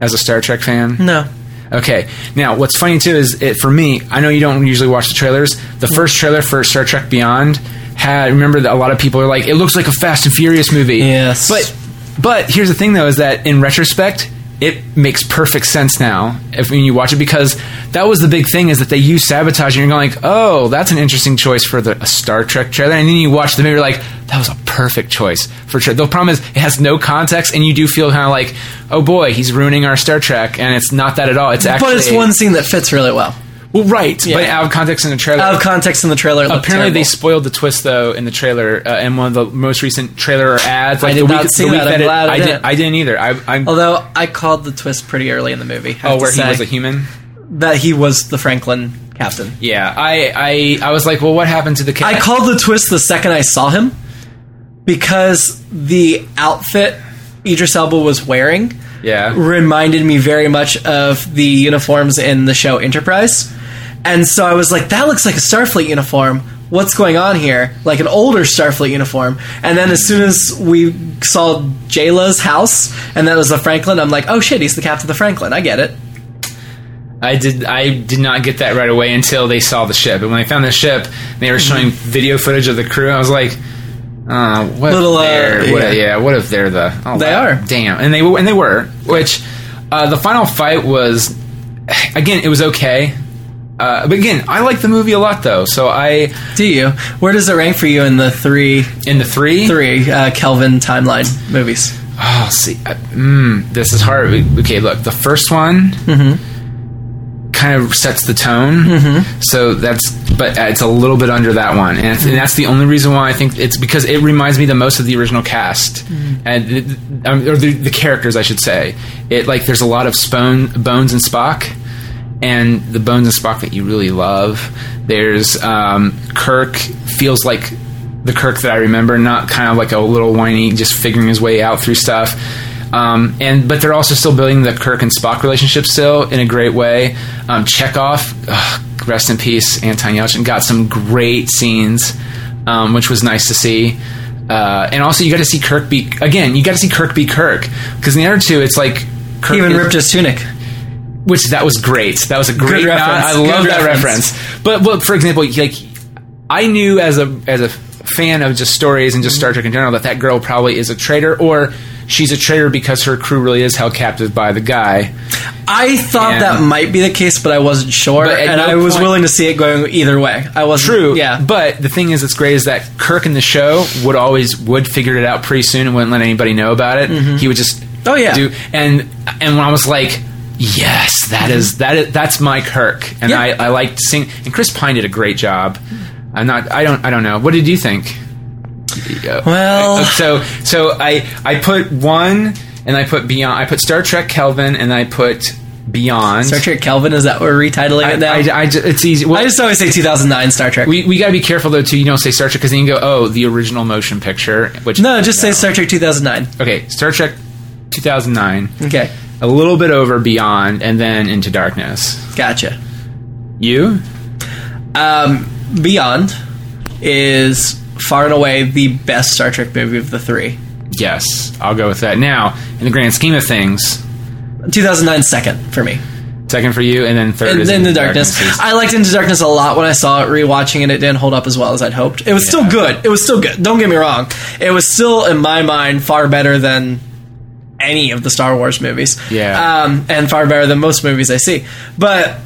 Speaker 2: as a Star Trek fan?
Speaker 1: No.
Speaker 2: Okay. Now, what's
Speaker 1: Mm-hmm.
Speaker 2: funny too is it for me. I know you don't usually watch the trailers. The first trailer for Star Trek Beyond had. Remember that a lot of people are like, it looks like a Fast and Furious movie.
Speaker 1: Yes.
Speaker 2: But but here's the thing though, is that in retrospect, it makes perfect sense now if when you watch it because that was the big thing is that they use sabotage and you're going like, oh, that's an interesting choice for the a Star Trek trailer, and then you watch the movie you're like, that was a perfect choice for sure. The problem is it has no context, and you do feel kind of like, oh boy, he's ruining our Star Trek, and it's not that at all. It's actually
Speaker 1: but it's one scene that fits really well.
Speaker 2: well, right, but
Speaker 1: Yeah.
Speaker 2: out of context in the trailer,
Speaker 1: Out of context in the trailer, it looked
Speaker 2: Apparently, they
Speaker 1: terrible.
Speaker 2: spoiled the twist though in the trailer uh, in one of the most recent trailer or ads. Like
Speaker 1: did
Speaker 2: the week,
Speaker 1: not see
Speaker 2: the week
Speaker 1: that.
Speaker 2: that
Speaker 1: I'm
Speaker 2: it-
Speaker 1: glad I
Speaker 2: I, did,
Speaker 1: didn't.
Speaker 2: I didn't either. I, I'm
Speaker 1: Although I called the twist pretty early in the movie. I have
Speaker 2: oh,
Speaker 1: to
Speaker 2: where he
Speaker 1: say.
Speaker 2: was a human.
Speaker 1: that he was the Franklin captain.
Speaker 2: Yeah, I, I, I was like, well, what happened to the cat?
Speaker 1: I called the twist the second I saw him because the outfit Idris Elba was wearing
Speaker 2: yeah,
Speaker 1: reminded me very much of the uniforms in the show Enterprise. And so I was like, that looks like a Starfleet uniform. What's going on here? Like an older Starfleet uniform. And then as soon as we saw Jayla's house and that was the Franklin, I'm like, oh shit, he's the captain of the Franklin. I get it.
Speaker 2: I did. I did not get that right away until they saw the ship. And when they found the ship, they were showing
Speaker 1: Mm-hmm.
Speaker 2: video footage of the crew. I was like. Uh, what
Speaker 1: Little, uh,
Speaker 2: if they're, what,
Speaker 1: yeah.
Speaker 2: yeah. what if they're the oh,
Speaker 1: They
Speaker 2: wow.
Speaker 1: are.
Speaker 2: damn and they and they were which uh, the final fight was again it was okay uh, but again I like the movie a lot though so I
Speaker 1: Do you? Where does it rank for you in the three
Speaker 2: in the three
Speaker 1: three uh, Kelvin timeline movies?
Speaker 2: Oh, see, I, mm, this is hard. We- Okay, look, the first one kind of sets the tone, so that's. But uh, it's a little bit under that one, and, it's, and that's the only reason why I think it's because it reminds me the most of the original cast and it, um, or the, the characters, I should say. It like there's a lot of Spone, Bones and Spock, and the Bones and Spock that you really love. There's um, Kirk feels like the Kirk that I remember, not kind of like a little whiny, just figuring his way out through stuff. Um, and but they're also still building the Kirk and Spock relationship still in a great way. Um, Chekhov, ugh, rest in peace, Anton Yelchin, got some great scenes, um, which was nice to see. Uh, and also, you got to see Kirk be again. You got to see Kirk be Kirk because in the other two, it's like Kirk
Speaker 1: He even
Speaker 2: is-
Speaker 1: ripped his tunic.
Speaker 2: which that was great. That was a great
Speaker 1: reference.
Speaker 2: nod. I
Speaker 1: Good
Speaker 2: love that
Speaker 1: reference.
Speaker 2: reference. But but for example, like I knew as a as a fan of just stories and just Star Trek in general that that girl probably is a traitor or she's a traitor because her crew really is held captive by the guy.
Speaker 1: I thought
Speaker 2: And-
Speaker 1: that might be the case, but I wasn't sure,
Speaker 2: But at
Speaker 1: and
Speaker 2: no
Speaker 1: I was
Speaker 2: point-
Speaker 1: willing to see it going either way. I was
Speaker 2: True.
Speaker 1: yeah.
Speaker 2: But the thing is, that's great is that Kirk in the show would always would figure it out pretty soon and wouldn't let anybody know about it. He would just
Speaker 1: Oh, yeah.
Speaker 2: do and and when I was like. Yes, that is that is that's my Kirk, and
Speaker 1: Mm-hmm. Yeah.
Speaker 2: I I liked seeing and Chris Pine did a great job. I'm not I don't I don't know. What did you think? Uh,
Speaker 1: well,
Speaker 2: so so I I put one and I put Beyond I put Star Trek Kelvin and I put Beyond
Speaker 1: Star Trek Kelvin is that what we're retitling
Speaker 2: I,
Speaker 1: it now?
Speaker 2: I, I ju- it's easy. Well,
Speaker 1: I just always say 2009 Star Trek.
Speaker 2: we, we got to be careful though too. You don't say Star Trek because then you go, oh, the original motion picture. Which
Speaker 1: no, just say Star Trek 2009.
Speaker 2: okay, Star Trek, two thousand nine,
Speaker 1: Okay,
Speaker 2: a little bit over Beyond, and then Into Darkness.
Speaker 1: gotcha.
Speaker 2: You
Speaker 1: Um, Beyond is far and away the best Star Trek movie of the three.
Speaker 2: yes, I'll go with that. Now, in the grand scheme of things,
Speaker 1: 2009 second for me.
Speaker 2: second for you, and then third
Speaker 1: In,
Speaker 2: is
Speaker 1: in the darkness, I liked Into Darkness a lot when I saw it. Rewatching it, it didn't hold up as well as I'd hoped. It was still good. It was still good. Don't get me wrong. It was still, in my mind, far better than any of the Star Wars movies.
Speaker 2: Yeah.
Speaker 1: um, and far better than most movies I see. But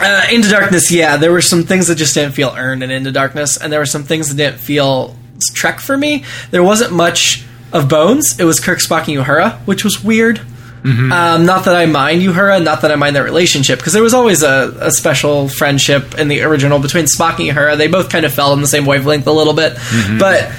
Speaker 1: uh, Into Darkness, yeah, there were some things that just didn't feel earned in Into Darkness, and there were some things that didn't feel Trek for me. There wasn't much of Bones. It was Kirk, Spock, and Uhura, which was weird. Um, not that I mind Uhura, not that I mind their relationship, because there was always a, a special friendship in the original between Spock and Uhura. They both kind of fell on the same wavelength a little bit, but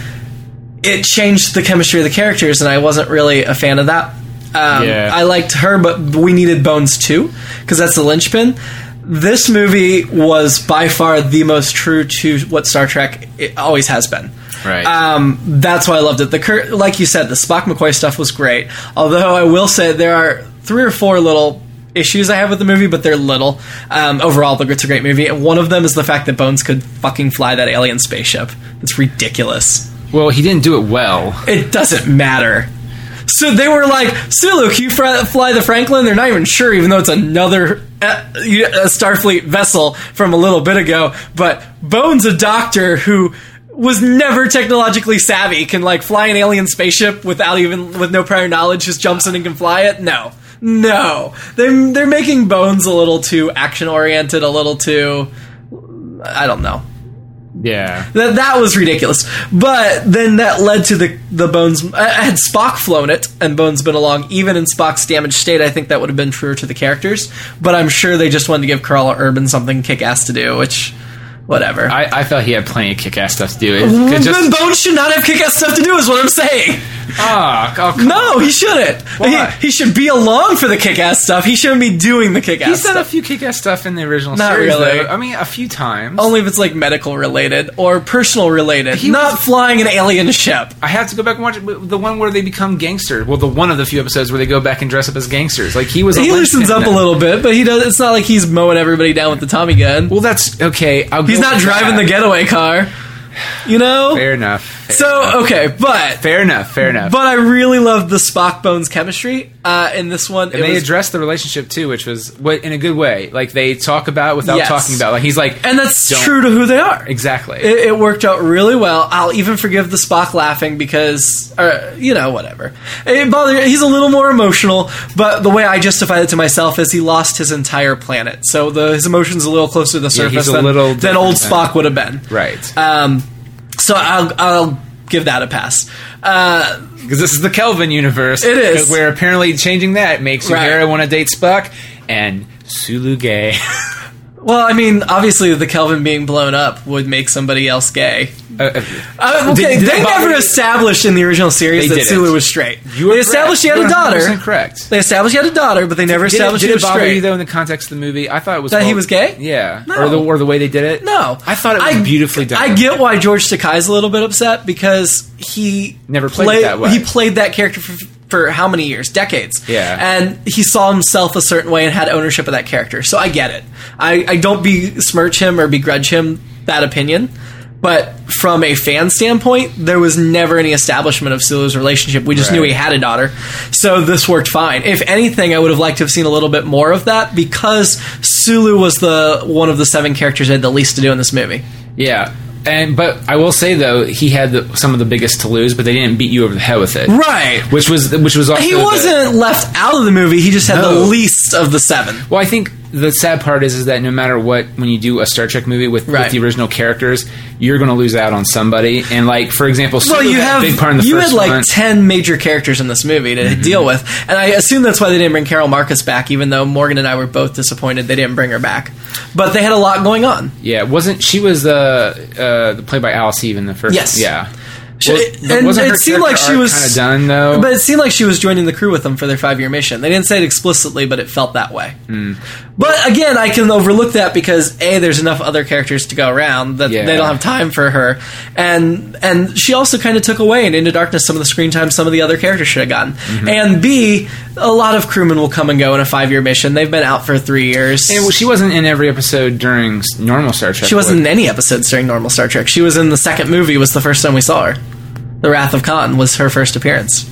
Speaker 1: it changed the chemistry of the characters, and I wasn't really a fan of that. Um,
Speaker 2: Yeah.
Speaker 1: I liked her, but we needed Bones too, because that's the linchpin. This movie was by far the most true to what Star Trek it always has been.
Speaker 2: right.
Speaker 1: Um, that's why I loved it. The Kurt, like you said, the Spock McCoy stuff was great. Although I will say there are three or four little issues I have with the movie, but they're little. Um, overall, the it's a great movie, and one of them is the fact that Bones could fucking fly that alien spaceship. It's ridiculous.
Speaker 2: well, he didn't do it well.
Speaker 1: It doesn't matter. So they were like, Sulu, can you fr- fly the Franklin? They're not even sure, even though it's another uh, you- a Starfleet vessel from a little bit ago. But Bones, a doctor who was never technologically savvy can like fly an alien spaceship without even with no prior knowledge just jumps in and can fly it no no they're, they're making bones a little too action oriented a little too i don't know
Speaker 2: Yeah.
Speaker 1: that that was ridiculous. But then that led to the the Bones. I had Spock flown it, and Bones been along. Even in Spock's damaged state, I think that would have been truer to the characters. But I'm sure they just wanted to give Carl Urban something kick ass to do, which, whatever.
Speaker 2: I, I felt he had plenty of kick-ass stuff to do. It,
Speaker 1: Then
Speaker 2: it just,
Speaker 1: Bones should not have kick ass stuff to do, is what I'm saying.
Speaker 2: Ah, oh, come on.
Speaker 1: No, he shouldn't.
Speaker 2: Why?
Speaker 1: He, he should be along for the kick ass stuff. He shouldn't be doing the kick
Speaker 2: He's
Speaker 1: ass
Speaker 2: done a
Speaker 1: stuff.
Speaker 2: few kick-ass stuff in the original
Speaker 1: Not
Speaker 2: series.
Speaker 1: really.
Speaker 2: though. I mean, a few times.
Speaker 1: only if it's like medical related or personal related.
Speaker 2: He
Speaker 1: not
Speaker 2: was-
Speaker 1: flying an alien ship.
Speaker 2: I have to go back and watch it. but The one where they become gangsters. Well, the one of the few episodes where they go back and dress up as gangsters. Like he was. a
Speaker 1: he
Speaker 2: linchpin
Speaker 1: loosens up
Speaker 2: then.
Speaker 1: a little bit, but he does. It's not like he's mowing everybody down with the Tommy gun.
Speaker 2: Well, that's okay. I'll
Speaker 1: He's
Speaker 2: go
Speaker 1: not
Speaker 2: with
Speaker 1: driving
Speaker 2: that.
Speaker 1: the getaway car, you know.
Speaker 2: Fair enough. Fair enough.
Speaker 1: so okay, but
Speaker 2: fair enough. Fair enough.
Speaker 1: but I really loved the Spock Bones chemistry uh, in this one.
Speaker 2: and
Speaker 1: it
Speaker 2: they
Speaker 1: was-
Speaker 2: address the relationship too, which was what in a good way. Like they talk about it without
Speaker 1: Yes.
Speaker 2: talking about. it. Like he's like,
Speaker 1: and that's
Speaker 2: Don't.
Speaker 1: true to who they are.
Speaker 2: exactly.
Speaker 1: It, it worked out really well. I'll even forgive the Spock laughing because, uh, you know, whatever. It bothered, he's a little more emotional, but the way I justified it to myself is he lost his entire planet, so the, his emotions a little closer to the
Speaker 2: Yeah,
Speaker 1: surface
Speaker 2: he's a
Speaker 1: than,
Speaker 2: little
Speaker 1: than old
Speaker 2: different.
Speaker 1: Spock would have been.
Speaker 2: right.
Speaker 1: Um, so I'll, I'll give that a pass. Uh,
Speaker 2: Because this is the Kelvin universe.
Speaker 1: It is.
Speaker 2: Where apparently changing that makes
Speaker 1: Right.
Speaker 2: Uhura want to date Spock and
Speaker 1: (laughs)
Speaker 2: Sulu gay.
Speaker 1: well, I mean, obviously, the Kelvin being blown up would make somebody else gay.
Speaker 2: Uh,
Speaker 1: Uh, okay,
Speaker 2: Did- did
Speaker 1: they
Speaker 2: that bother
Speaker 1: never
Speaker 2: you?
Speaker 1: established in the original series
Speaker 2: They
Speaker 1: that
Speaker 2: didn't.
Speaker 1: Sulu was straight.
Speaker 2: are
Speaker 1: they established
Speaker 2: correct.
Speaker 1: he had a
Speaker 2: You're
Speaker 1: daughter.
Speaker 2: 100% Correct.
Speaker 1: They established he had a daughter, but they never
Speaker 2: Did it,
Speaker 1: established
Speaker 2: did
Speaker 1: he
Speaker 2: it
Speaker 1: was
Speaker 2: bother
Speaker 1: straight.
Speaker 2: you though in the context of the movie? I thought it was
Speaker 1: That he
Speaker 2: well-
Speaker 1: was gay?
Speaker 2: Yeah,
Speaker 1: No.
Speaker 2: or the or the way they did it.
Speaker 1: No,
Speaker 2: I thought it was beautifully done.
Speaker 1: I get why George Takei's a little bit upset because he
Speaker 2: Never played it that way.
Speaker 1: He played that character for, for how many years? Decades.
Speaker 2: Yeah.
Speaker 1: and he saw himself a certain way and had ownership of that character. So I get it. I, I don't besmirch him or begrudge him that opinion. But from a fan standpoint, there was never any establishment of Sulu's relationship. We just knew
Speaker 2: Right.
Speaker 1: he had a daughter. So this worked fine. If anything, I would have liked to have seen a little bit more of that because Sulu was the one of the seven characters that had the least to do in this movie.
Speaker 2: Yeah, and but I will say though he had the, some of the biggest to lose, but they didn't beat you over the head with it.
Speaker 1: Right.
Speaker 2: Which was which was also
Speaker 1: He
Speaker 2: the-
Speaker 1: wasn't left out of the movie. He just had
Speaker 2: No.
Speaker 1: the least of the seven.
Speaker 2: Well, I think the sad part is is that no matter what, when you do a Star Trek movie with,
Speaker 1: Right.
Speaker 2: with the original characters, you're going to lose out on somebody. And like for example, Sulu
Speaker 1: Well, you
Speaker 2: had
Speaker 1: have
Speaker 2: a big part in the
Speaker 1: you
Speaker 2: first Mm-hmm.
Speaker 1: had like
Speaker 2: one.
Speaker 1: ten major characters in this movie to deal with, and I assume that's why they didn't bring Carol Marcus back. Even though Morgan and I were both disappointed they didn't bring her back, but they had a lot going on.
Speaker 2: yeah, wasn't she was the uh, played by Alice Eve in the first?
Speaker 1: Yes.
Speaker 2: Yeah.
Speaker 1: She- and it seemed like she was-
Speaker 2: kind of done though.
Speaker 1: But it seemed like she was joining the crew with them for their five year mission. They didn't say it explicitly, but it felt that way. But again, I can overlook that because a there's enough other characters to go around that
Speaker 2: Yeah.
Speaker 1: they don't have time for her, and and she also kind of took away in Into Darkness some of the screen time some of the other characters should have gotten. And b a lot of crewmen will come and go in a five year mission. They've been out for three years.
Speaker 2: And she wasn't in every episode during s- normal Star Trek.
Speaker 1: she wasn't
Speaker 2: was-
Speaker 1: in any episodes during normal Star Trek. She was in the second movie. Was the first time we saw her. The Wrath of Khan was her first appearance.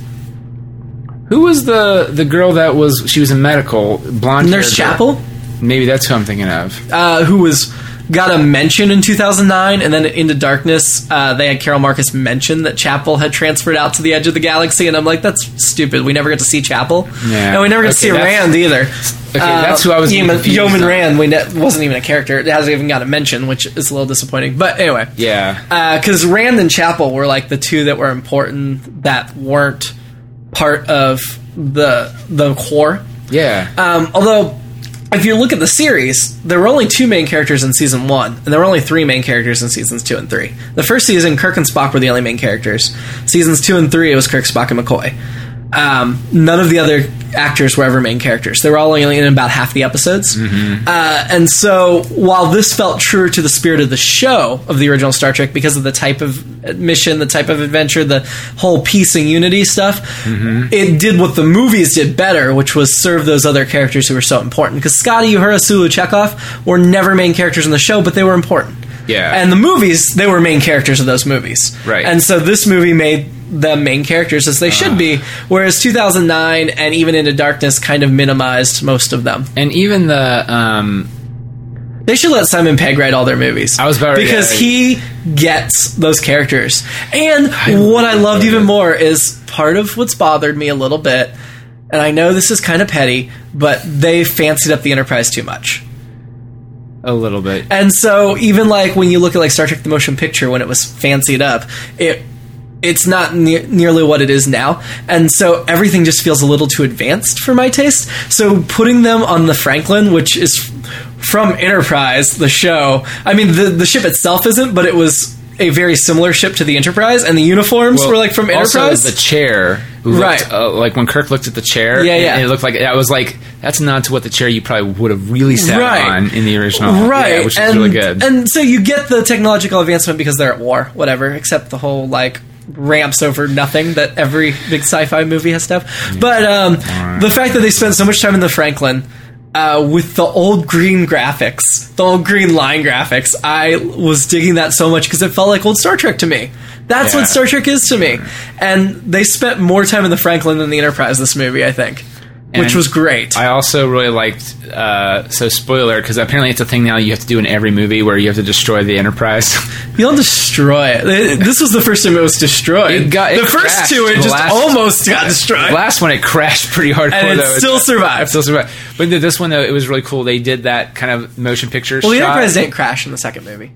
Speaker 2: Who was the the girl that was? She was in medical blonde.
Speaker 1: Nurse
Speaker 2: hair girl.
Speaker 1: Chapel.
Speaker 2: Maybe that's who I'm thinking of.
Speaker 1: uh, who was got a mention in 2009 and then into darkness uh, they had carol marcus mention that chapel had transferred out to the edge of the galaxy and i'm like that's stupid we never get to see chapel
Speaker 2: Yeah.
Speaker 1: and we never get
Speaker 2: Okay,
Speaker 1: to see
Speaker 2: that's-
Speaker 1: rand either okay
Speaker 2: that's who I was getting
Speaker 1: yeoman,
Speaker 2: confused
Speaker 1: yeoman
Speaker 2: on.
Speaker 1: rand we ne- wasn't even a character it hasn't even got a mention which is a little disappointing but anyway
Speaker 2: Yeah.
Speaker 1: because Rand and Chapel were like the two that were important that weren't part of the the core
Speaker 2: yeah.
Speaker 1: um, although, if you look at the series, there were only two main characters in season one, and there were only three main characters in seasons two and three. The first season, Kirk and Spock were the only main characters. Seasons two and three, it was Kirk, Spock, and McCoy. Um, none of the other actors were ever main characters. They were all only in about half the episodes. Uh, and so, while this felt truer to the spirit of the show of the original Star Trek because of the type of mission, the type of adventure, the whole peace and unity stuff, it did what the movies did better, which was serve those other characters who were so important. Because Scotty, Uhura, Sulu, Chekhov were never main characters in the show, but they were important.
Speaker 2: Yeah.
Speaker 1: And the movies, they were main characters of those movies.
Speaker 2: Right.
Speaker 1: And so this movie made them main characters as they should
Speaker 2: Ah.
Speaker 1: be, whereas 2009 and even Into Darkness kind of minimized most of them.
Speaker 2: and even the um
Speaker 1: They should let Simon Pegg write all their movies.
Speaker 2: I was about-
Speaker 1: because
Speaker 2: yeah.
Speaker 1: he gets those characters. And what I loved even more is part of what's bothered me a little bit. And I know this is kind of petty, but they fancied up the Enterprise too much.
Speaker 2: a little bit.
Speaker 1: And so even like when you look at like Star Trek the Motion Picture when it was fancied up, it it's not ne- nearly what it is now. And so everything just feels a little too advanced for my taste. So putting them on the Franklin, which is f- from Enterprise, the show. I mean the the ship itself isn't, but it was a very similar ship to the Enterprise and the uniforms were like from
Speaker 2: also,
Speaker 1: Enterprise.
Speaker 2: the chair, looked,
Speaker 1: Right.
Speaker 2: Uh, like when Kirk looked at the chair,
Speaker 1: Yeah,
Speaker 2: and-
Speaker 1: yeah.
Speaker 2: And it looked like I was like, that's not to what the chair you probably would have really sat
Speaker 1: Right.
Speaker 2: on in the original,
Speaker 1: right
Speaker 2: Yeah, which
Speaker 1: and,
Speaker 2: is really good.
Speaker 1: and so you get the technological advancement because they're at war whatever except the whole like ramps over nothing that every big sci-fi movie has to have but um, the fact that they spent so much time in the franklin uh, with the old green graphics the old green line graphics i was digging that so much because it felt like old star trek to me that's
Speaker 2: Yeah.
Speaker 1: what star trek is to me and they spent more time in the franklin than the enterprise this movie i think which
Speaker 2: And
Speaker 1: was great
Speaker 2: I also really liked. Uh, so spoiler, because apparently it's a thing now you have to do in every movie where you have to destroy the Enterprise. (laughs)
Speaker 1: You'll destroy it. It- This was the first time it was destroyed.
Speaker 2: It got- it
Speaker 1: the first
Speaker 2: crashed.
Speaker 1: two, it
Speaker 2: The
Speaker 1: just
Speaker 2: last-
Speaker 1: almost got destroyed,
Speaker 2: Last one, it crashed pretty hard,
Speaker 1: and it
Speaker 2: though.
Speaker 1: still survived.
Speaker 2: Still survived. But th- this one though, it was really cool. They did that kind of motion picture.
Speaker 1: well, the
Speaker 2: shot.
Speaker 1: Enterprise didn't crash in the second movie.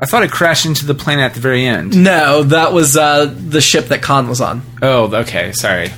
Speaker 2: I thought it crashed into the planet at the very end.
Speaker 1: No, that was uh, the ship that Khan was on.
Speaker 2: Oh, okay. Sorry.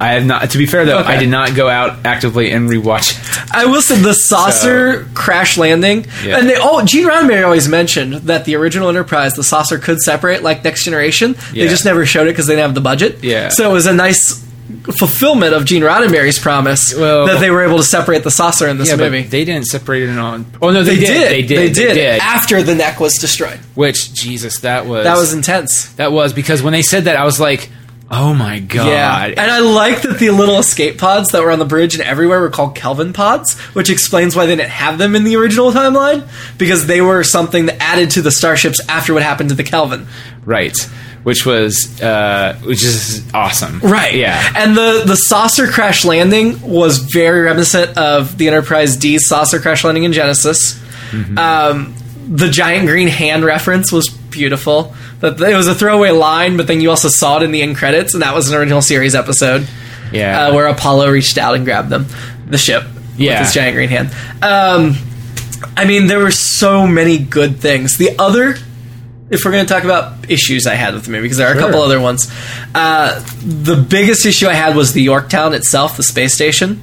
Speaker 2: I have not. To be fair, though,
Speaker 1: Okay.
Speaker 2: I did not go out actively and rewatch it.
Speaker 1: I will say the saucer crash landing,
Speaker 2: Yeah.
Speaker 1: and they all Gene Roddenberry always mentioned that the original Enterprise, the saucer could separate like Next Generation.
Speaker 2: Yeah.
Speaker 1: They just never showed it because they didn't have the budget.
Speaker 2: Yeah.
Speaker 1: so it was a nice fulfillment of Gene Roddenberry's promise
Speaker 2: Well-
Speaker 1: that they were able to separate the saucer in this
Speaker 2: Yeah,
Speaker 1: movie.
Speaker 2: but they didn't separate it on. Oh no, they,
Speaker 1: They did.
Speaker 2: They did.
Speaker 1: They did. After the neck was destroyed.
Speaker 2: Which Jesus, that was
Speaker 1: That was intense.
Speaker 2: that was because when they said that, I was like, oh my god.
Speaker 1: And I like that the little escape pods that were on the bridge and everywhere were called Kelvin pods, which explains why they didn't have them in the original timeline, because they were something that added to the starships after what happened to the Kelvin.
Speaker 2: right. Which was uh, which is awesome. Yeah.
Speaker 1: And the, the saucer crash landing was very reminiscent of the Enterprise D saucer crash landing in Genesis.
Speaker 2: Mm-hmm.
Speaker 1: Um, the giant green hand reference was beautiful. That it was a throwaway line, but then you also saw it in the end credits, and that was an original series episode.
Speaker 2: yeah.
Speaker 1: uh, where Apollo reached out and grabbed them, the ship
Speaker 2: Yeah.
Speaker 1: with his giant green hand. Um, I mean, there were so many good things. The other, if we're going to talk about issues I had with the movie, because there are a couple other ones. Uh, the biggest issue I had was the Yorktown itself, the space station,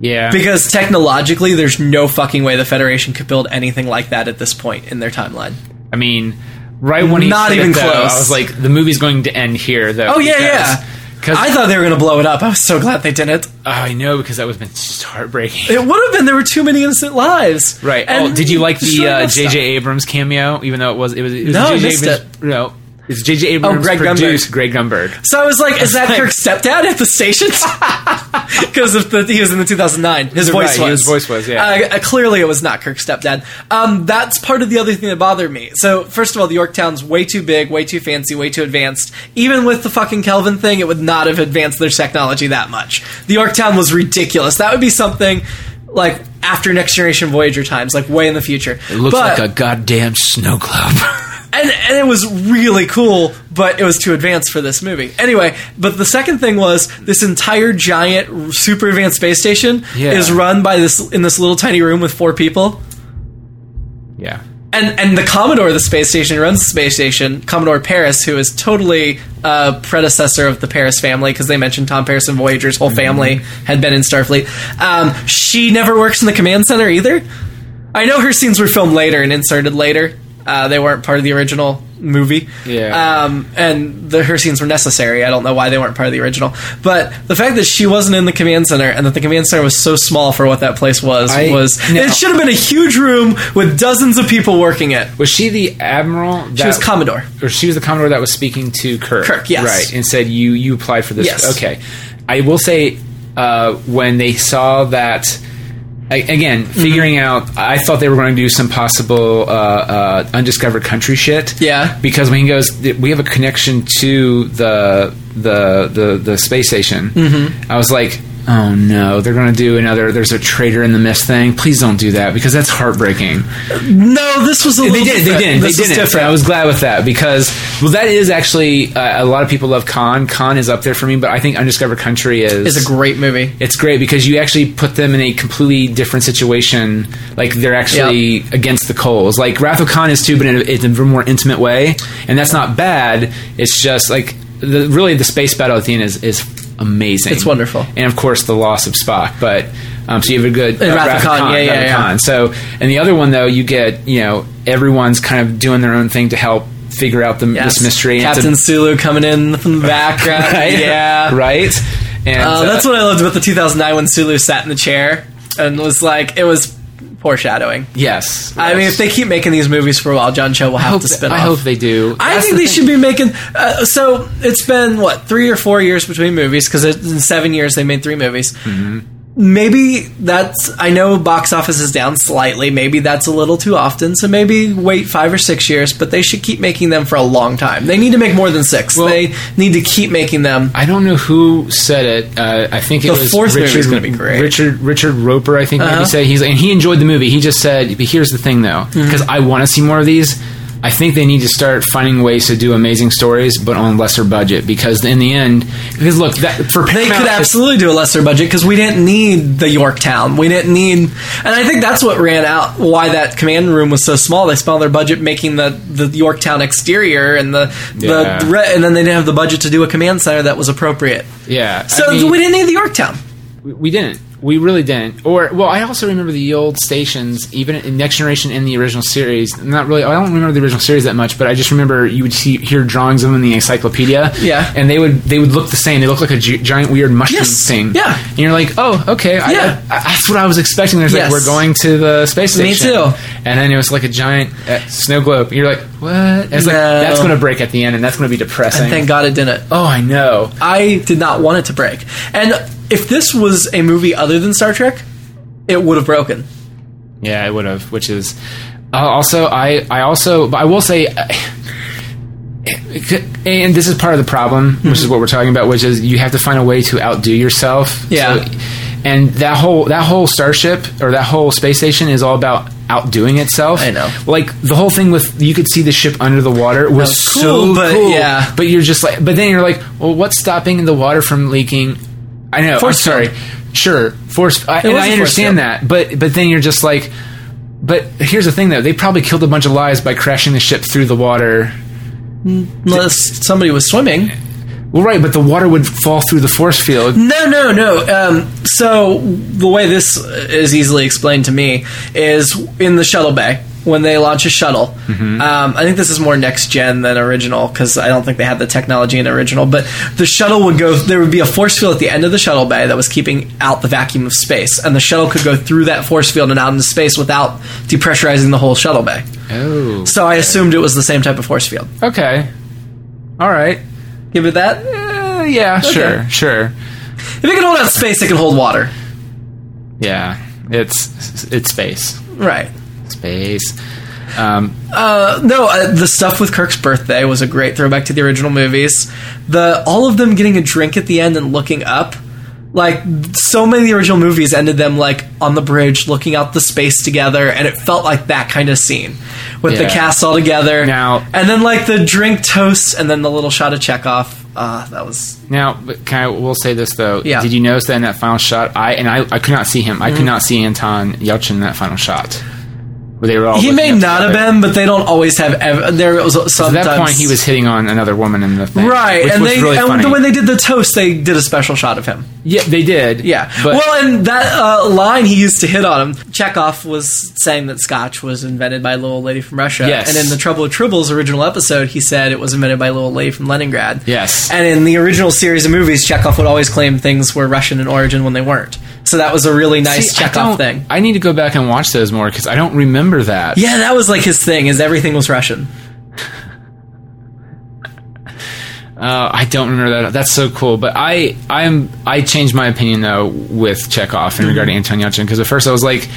Speaker 2: yeah.
Speaker 1: because technologically, there's no fucking way the Federation could build anything like that at this point in their timeline.
Speaker 2: I mean, right when he
Speaker 1: Not
Speaker 2: said it,
Speaker 1: even
Speaker 2: though,
Speaker 1: close.
Speaker 2: I was like, the movie's going to end here, though.
Speaker 1: Oh yeah, yeah.
Speaker 2: Because 'cause-
Speaker 1: I thought they were going to blow it up. I was so glad they didn't.
Speaker 2: oh, I know because that would have been just heartbreaking.
Speaker 1: (laughs) It would have been. There were too many innocent lives.
Speaker 2: Right.
Speaker 1: And
Speaker 2: oh, did you like the
Speaker 1: destroying
Speaker 2: uh,
Speaker 1: that stuff.
Speaker 2: J.J. Abrams cameo? Even though it was, it was, it was
Speaker 1: No, I
Speaker 2: J.J.
Speaker 1: missed Oh,
Speaker 2: Abrams, No, it's J.J. Abrams
Speaker 1: Greg Grumberg.
Speaker 2: produced Greg Gumberg.
Speaker 1: So I was like, is that Kirk's stepdad at the
Speaker 2: (laughs)
Speaker 1: station? Because if the, he was in the 2009, his voice
Speaker 2: Right,
Speaker 1: was.
Speaker 2: his voice was, yeah.
Speaker 1: Uh, uh, clearly, it was not Kirk's stepdad. Um, that's part of the other thing that bothered me. So first of all, the Yorktown's way too big, way too fancy, way too advanced. Even with the fucking Kelvin thing, it would not have advanced their technology that much. The Yorktown was ridiculous. That would be something like after Next Generation Voyager times, like way in the future. It
Speaker 2: goddamn snow globe. (laughs)
Speaker 1: and and it was really cool, but it was too advanced for this movie. Anyway, but the second thing was this entire giant r- super advanced space station
Speaker 2: Yeah.
Speaker 1: is run by this in this little tiny room with four people.
Speaker 2: yeah.
Speaker 1: And, and the Commodore of the space station runs the space station, Commodore Paris, who is totally uh, predecessor of the Paris family, because they mentioned Tom Paris and Voyager's whole family had been in Starfleet. Um, she never works in the command center either. I know her scenes were filmed later and inserted later. Uh, they weren't part of the original movie.
Speaker 2: Yeah.
Speaker 1: Um, and the, her scenes were necessary. I don't know why they weren't part of the original. But the fact that she wasn't in the command center and that the command center was so small for what that place was
Speaker 2: I-
Speaker 1: was
Speaker 2: no.
Speaker 1: it should have been a huge room with dozens of people working it.
Speaker 2: Was she the admiral? That,
Speaker 1: She was Commodore.
Speaker 2: or she was the commodore that was speaking to Kirk.
Speaker 1: Kirk, yes.
Speaker 2: right, and said you you applied for this.
Speaker 1: Yes.
Speaker 2: Okay, I will say uh, when they saw that. a-
Speaker 1: Mm-hmm.
Speaker 2: Again, figuring out, I thought they were going to do some possible uh, uh, undiscovered country shit.
Speaker 1: Yeah.
Speaker 2: because when he goes, "Th- we have a
Speaker 1: Mm-hmm.
Speaker 2: connection to the the the, the space station. I was like, oh no, they're going to do another. There's a traitor in the mist thing. Please don't do that because that's heartbreaking.
Speaker 1: No, this was a
Speaker 2: They
Speaker 1: little
Speaker 2: did. They
Speaker 1: different.
Speaker 2: didn't. They
Speaker 1: This was
Speaker 2: didn't.
Speaker 1: different.
Speaker 2: I was glad with that because well, that is actually uh, a lot of people love Khan. Khan is up there for me, but I think Undiscovered Country
Speaker 1: It's a great movie.
Speaker 2: it's great because you actually put them in a completely different situation. Like they're actually against the Coles. Like Wrath of Khan is too, but in a, in a more intimate way, and that's not bad. It's just like the, really the space battle at the end is is amazing.
Speaker 1: It's wonderful.
Speaker 2: and of course the loss of Spock. But um, so you have a good
Speaker 1: And Wrath of Khan, yeah, yeah, yeah.
Speaker 2: Khan. So and the other one though, you get you know everyone's kind of doing their own thing to help figure out the,
Speaker 1: Yes.
Speaker 2: this mystery. and it's a-
Speaker 1: Captain Sulu coming in from the background.
Speaker 2: (laughs) right?
Speaker 1: Yeah.
Speaker 2: right. And
Speaker 1: Uh,
Speaker 2: uh,
Speaker 1: that's what I loved about the 2009 when Sulu sat in the chair and was like, it was foreshadowing.
Speaker 2: yes.
Speaker 1: I mean,
Speaker 2: yes.
Speaker 1: if they keep making these movies for a while, John Cho will have to spin
Speaker 2: I
Speaker 1: off.
Speaker 2: hope they do.
Speaker 1: I
Speaker 2: That's
Speaker 1: think
Speaker 2: the
Speaker 1: they
Speaker 2: thing.
Speaker 1: should be making. Uh, so it's been what three or four years between movies because in seven years they made three movies.
Speaker 2: Mm-hmm.
Speaker 1: Maybe that's. I know box office is down slightly. Maybe that's a little too often. So maybe wait five or six years. But they should keep making them for a long time. They need to make more than six. they need to keep making them.
Speaker 2: I don't know who said it. Uh, I think it
Speaker 1: The
Speaker 2: was
Speaker 1: fourth
Speaker 2: Richard,
Speaker 1: movie's gonna be great.
Speaker 2: Richard Richard Roper. I think
Speaker 1: Uh-huh.
Speaker 2: maybe said he's and he enjoyed the movie. He just said, "But here's the thing, though,
Speaker 1: Mm-hmm.
Speaker 2: because I want to see more of these. I think they need to start finding ways to do amazing stories, but on lesser budget. Because in the end, because look, that, for
Speaker 1: They
Speaker 2: Paramount,
Speaker 1: could
Speaker 2: it's-
Speaker 1: absolutely do a lesser budget because we didn't need the Yorktown. We didn't need, and I think that's what ran out. Why that command room was so small. They spent all their budget making the the Yorktown exterior and the
Speaker 2: Yeah.
Speaker 1: the re- and then they didn't have the budget to do a command center that was appropriate.
Speaker 2: yeah.
Speaker 1: So
Speaker 2: I mean-
Speaker 1: we didn't need the Yorktown.
Speaker 2: We- we didn't. We really didn't. Or well, I also remember the old stations, even in Next Generation in the original series. Not really. I don't remember the original series that much, but I just remember you would see hear drawings of them in the encyclopedia.
Speaker 1: Yeah.
Speaker 2: and they would they would look the same. They look like a gi- giant weird mushroom
Speaker 1: Yes.
Speaker 2: thing.
Speaker 1: Yeah.
Speaker 2: and you're like, oh, okay. I-
Speaker 1: Yeah.
Speaker 2: I, I- that's what I was expecting. There's
Speaker 1: Yes.
Speaker 2: like we're going to the space
Speaker 1: Me
Speaker 2: station.
Speaker 1: too.
Speaker 2: And then it was like a giant uh, snow globe. You're like, what? And it's like
Speaker 1: No.
Speaker 2: that's going to break at the end, and that's going to be depressing.
Speaker 1: And thank God it didn't.
Speaker 2: oh, I know.
Speaker 1: I did not want it to break. And if this was a movie other than Star Trek, it would have broken.
Speaker 2: Yeah, I would have. Which is uh, also I I also but I will say. uh, And this is part of the problem, which
Speaker 1: Mm-hmm.
Speaker 2: is what we're talking about, which is you have to find a way to outdo yourself.
Speaker 1: Yeah.
Speaker 2: So- and that whole that whole starship or that whole space station is all about outdoing itself.
Speaker 1: I know.
Speaker 2: Like the whole thing with you could see the ship under the water was,
Speaker 1: was
Speaker 2: so
Speaker 1: cool, but
Speaker 2: cool.
Speaker 1: yeah.
Speaker 2: But you're just like, but then you're like, well, what's stopping the water from leaking? I know.
Speaker 1: Force
Speaker 2: I'm sorry.
Speaker 1: field.
Speaker 2: Sure, force. I, and
Speaker 1: was a
Speaker 2: I
Speaker 1: force
Speaker 2: understand
Speaker 1: field.
Speaker 2: that, but but then you're just like, but here's the thing though, they probably killed a bunch of lives by crashing the ship through the water.
Speaker 1: Unless somebody was swimming.
Speaker 2: Well, right, but the water would fall through the force field.
Speaker 1: No, no, no. Um, so the way this is easily explained to me is in the shuttle bay when they launch a shuttle. Um, I think this is more next gen than original because I don't think they had the technology in original. But the shuttle would go. There would be a force field at the end of the shuttle bay that was keeping out the vacuum of space, and the shuttle could go through that force field and out into space without depressurizing the whole shuttle bay.
Speaker 2: Oh,
Speaker 1: So I assumed it was the same type of force field.
Speaker 2: okay, all right,
Speaker 1: Give it that.
Speaker 2: uh, yeah, sure, sure,
Speaker 1: If it can hold out space, it can hold water.
Speaker 2: yeah. It's it's space,
Speaker 1: Right.
Speaker 2: space. Um,
Speaker 1: No, uh, the stuff with Kirk's birthday was a great throwback to the original movies. The all of them getting a drink at the end and looking up, like so many of the original movies ended them like on the bridge looking out the space together, and it felt like that kind of scene with the
Speaker 2: Yeah.
Speaker 1: cast all together.
Speaker 2: Now-
Speaker 1: and then like the drink toast, and then the little shot of Chekhov. Ah, that was
Speaker 2: Now, but can I will say this though?
Speaker 1: Yeah. Mm-hmm.
Speaker 2: Did you notice that in that final shot, I and I, I could not see him. I could not see Anton Yelchin in that final shot. Where they were all
Speaker 1: he
Speaker 2: looking
Speaker 1: may
Speaker 2: up
Speaker 1: not have
Speaker 2: together.
Speaker 1: been, but they don't always have. Ev- there was sometimes
Speaker 2: At that point, he was hitting on another woman in the thing,
Speaker 1: right,
Speaker 2: Which
Speaker 1: and
Speaker 2: was
Speaker 1: they
Speaker 2: really
Speaker 1: and
Speaker 2: funny.
Speaker 1: when they did the toast, they did a special shot of him.
Speaker 2: yeah, they did.
Speaker 1: Yeah.
Speaker 2: But,
Speaker 1: well, and that uh, line he used to hit on him, Chekhov was saying that scotch was invented by a little lady from Russia.
Speaker 2: Yes.
Speaker 1: And in the Trouble with Tribbles original episode, he said it was invented by a little lady from Leningrad.
Speaker 2: Yes.
Speaker 1: And in the original series of movies, Chekhov would always claim things were Russian in origin when they weren't. So that was a really nice
Speaker 2: see, I
Speaker 1: Chekhov
Speaker 2: don't-
Speaker 1: thing.
Speaker 2: I need to go back and watch those more because I don't remember that.
Speaker 1: Yeah, that was like his thing. Is everything was Russian?
Speaker 2: Uh, I don't remember that. That's so cool. But I, I'm, I Mm-hmm. changed my opinion though with Chekhov in regard to Anton Yelchin because at first I was like,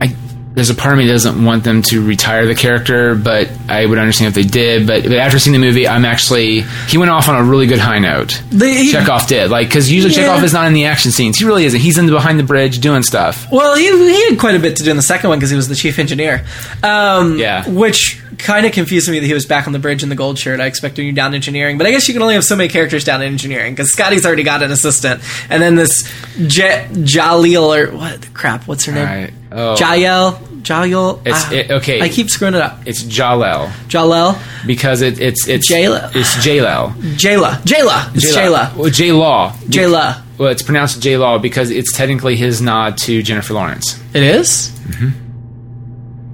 Speaker 2: I, there's a part of me that doesn't want them to retire the character, but I would understand if they did. But, but after seeing the movie, I'm actually he went off on a really good high note.
Speaker 1: They- he-
Speaker 2: Chekhov did like because usually
Speaker 1: Yeah.
Speaker 2: Chekhov is not in the action scenes. He really isn't. He's in the behind the bridge doing stuff.
Speaker 1: Well, he, he had quite a bit to do in the second one because he was the chief engineer. Um,
Speaker 2: Yeah.
Speaker 1: Which kind of confused me that he was back on the bridge in the gold shirt. I expected you down engineering, but I guess you can only have so many characters down in engineering because Scotty's already got an assistant, and then this J- Jalil or what the crap? What's her name?
Speaker 2: Right. Oh.
Speaker 1: Jael. Jael.
Speaker 2: It's-
Speaker 1: ah,
Speaker 2: it- okay.
Speaker 1: I keep screwing it up.
Speaker 2: It's Jalel
Speaker 1: Jalel.
Speaker 2: because it, it's it's
Speaker 1: Jalel.
Speaker 2: It's Jalel.
Speaker 1: Jayla. Jayla. It's Jayla.
Speaker 2: Well, J Law.
Speaker 1: Jayla.
Speaker 2: Well, it's pronounced J Law because it's technically his nod to Jennifer Lawrence.
Speaker 1: It is?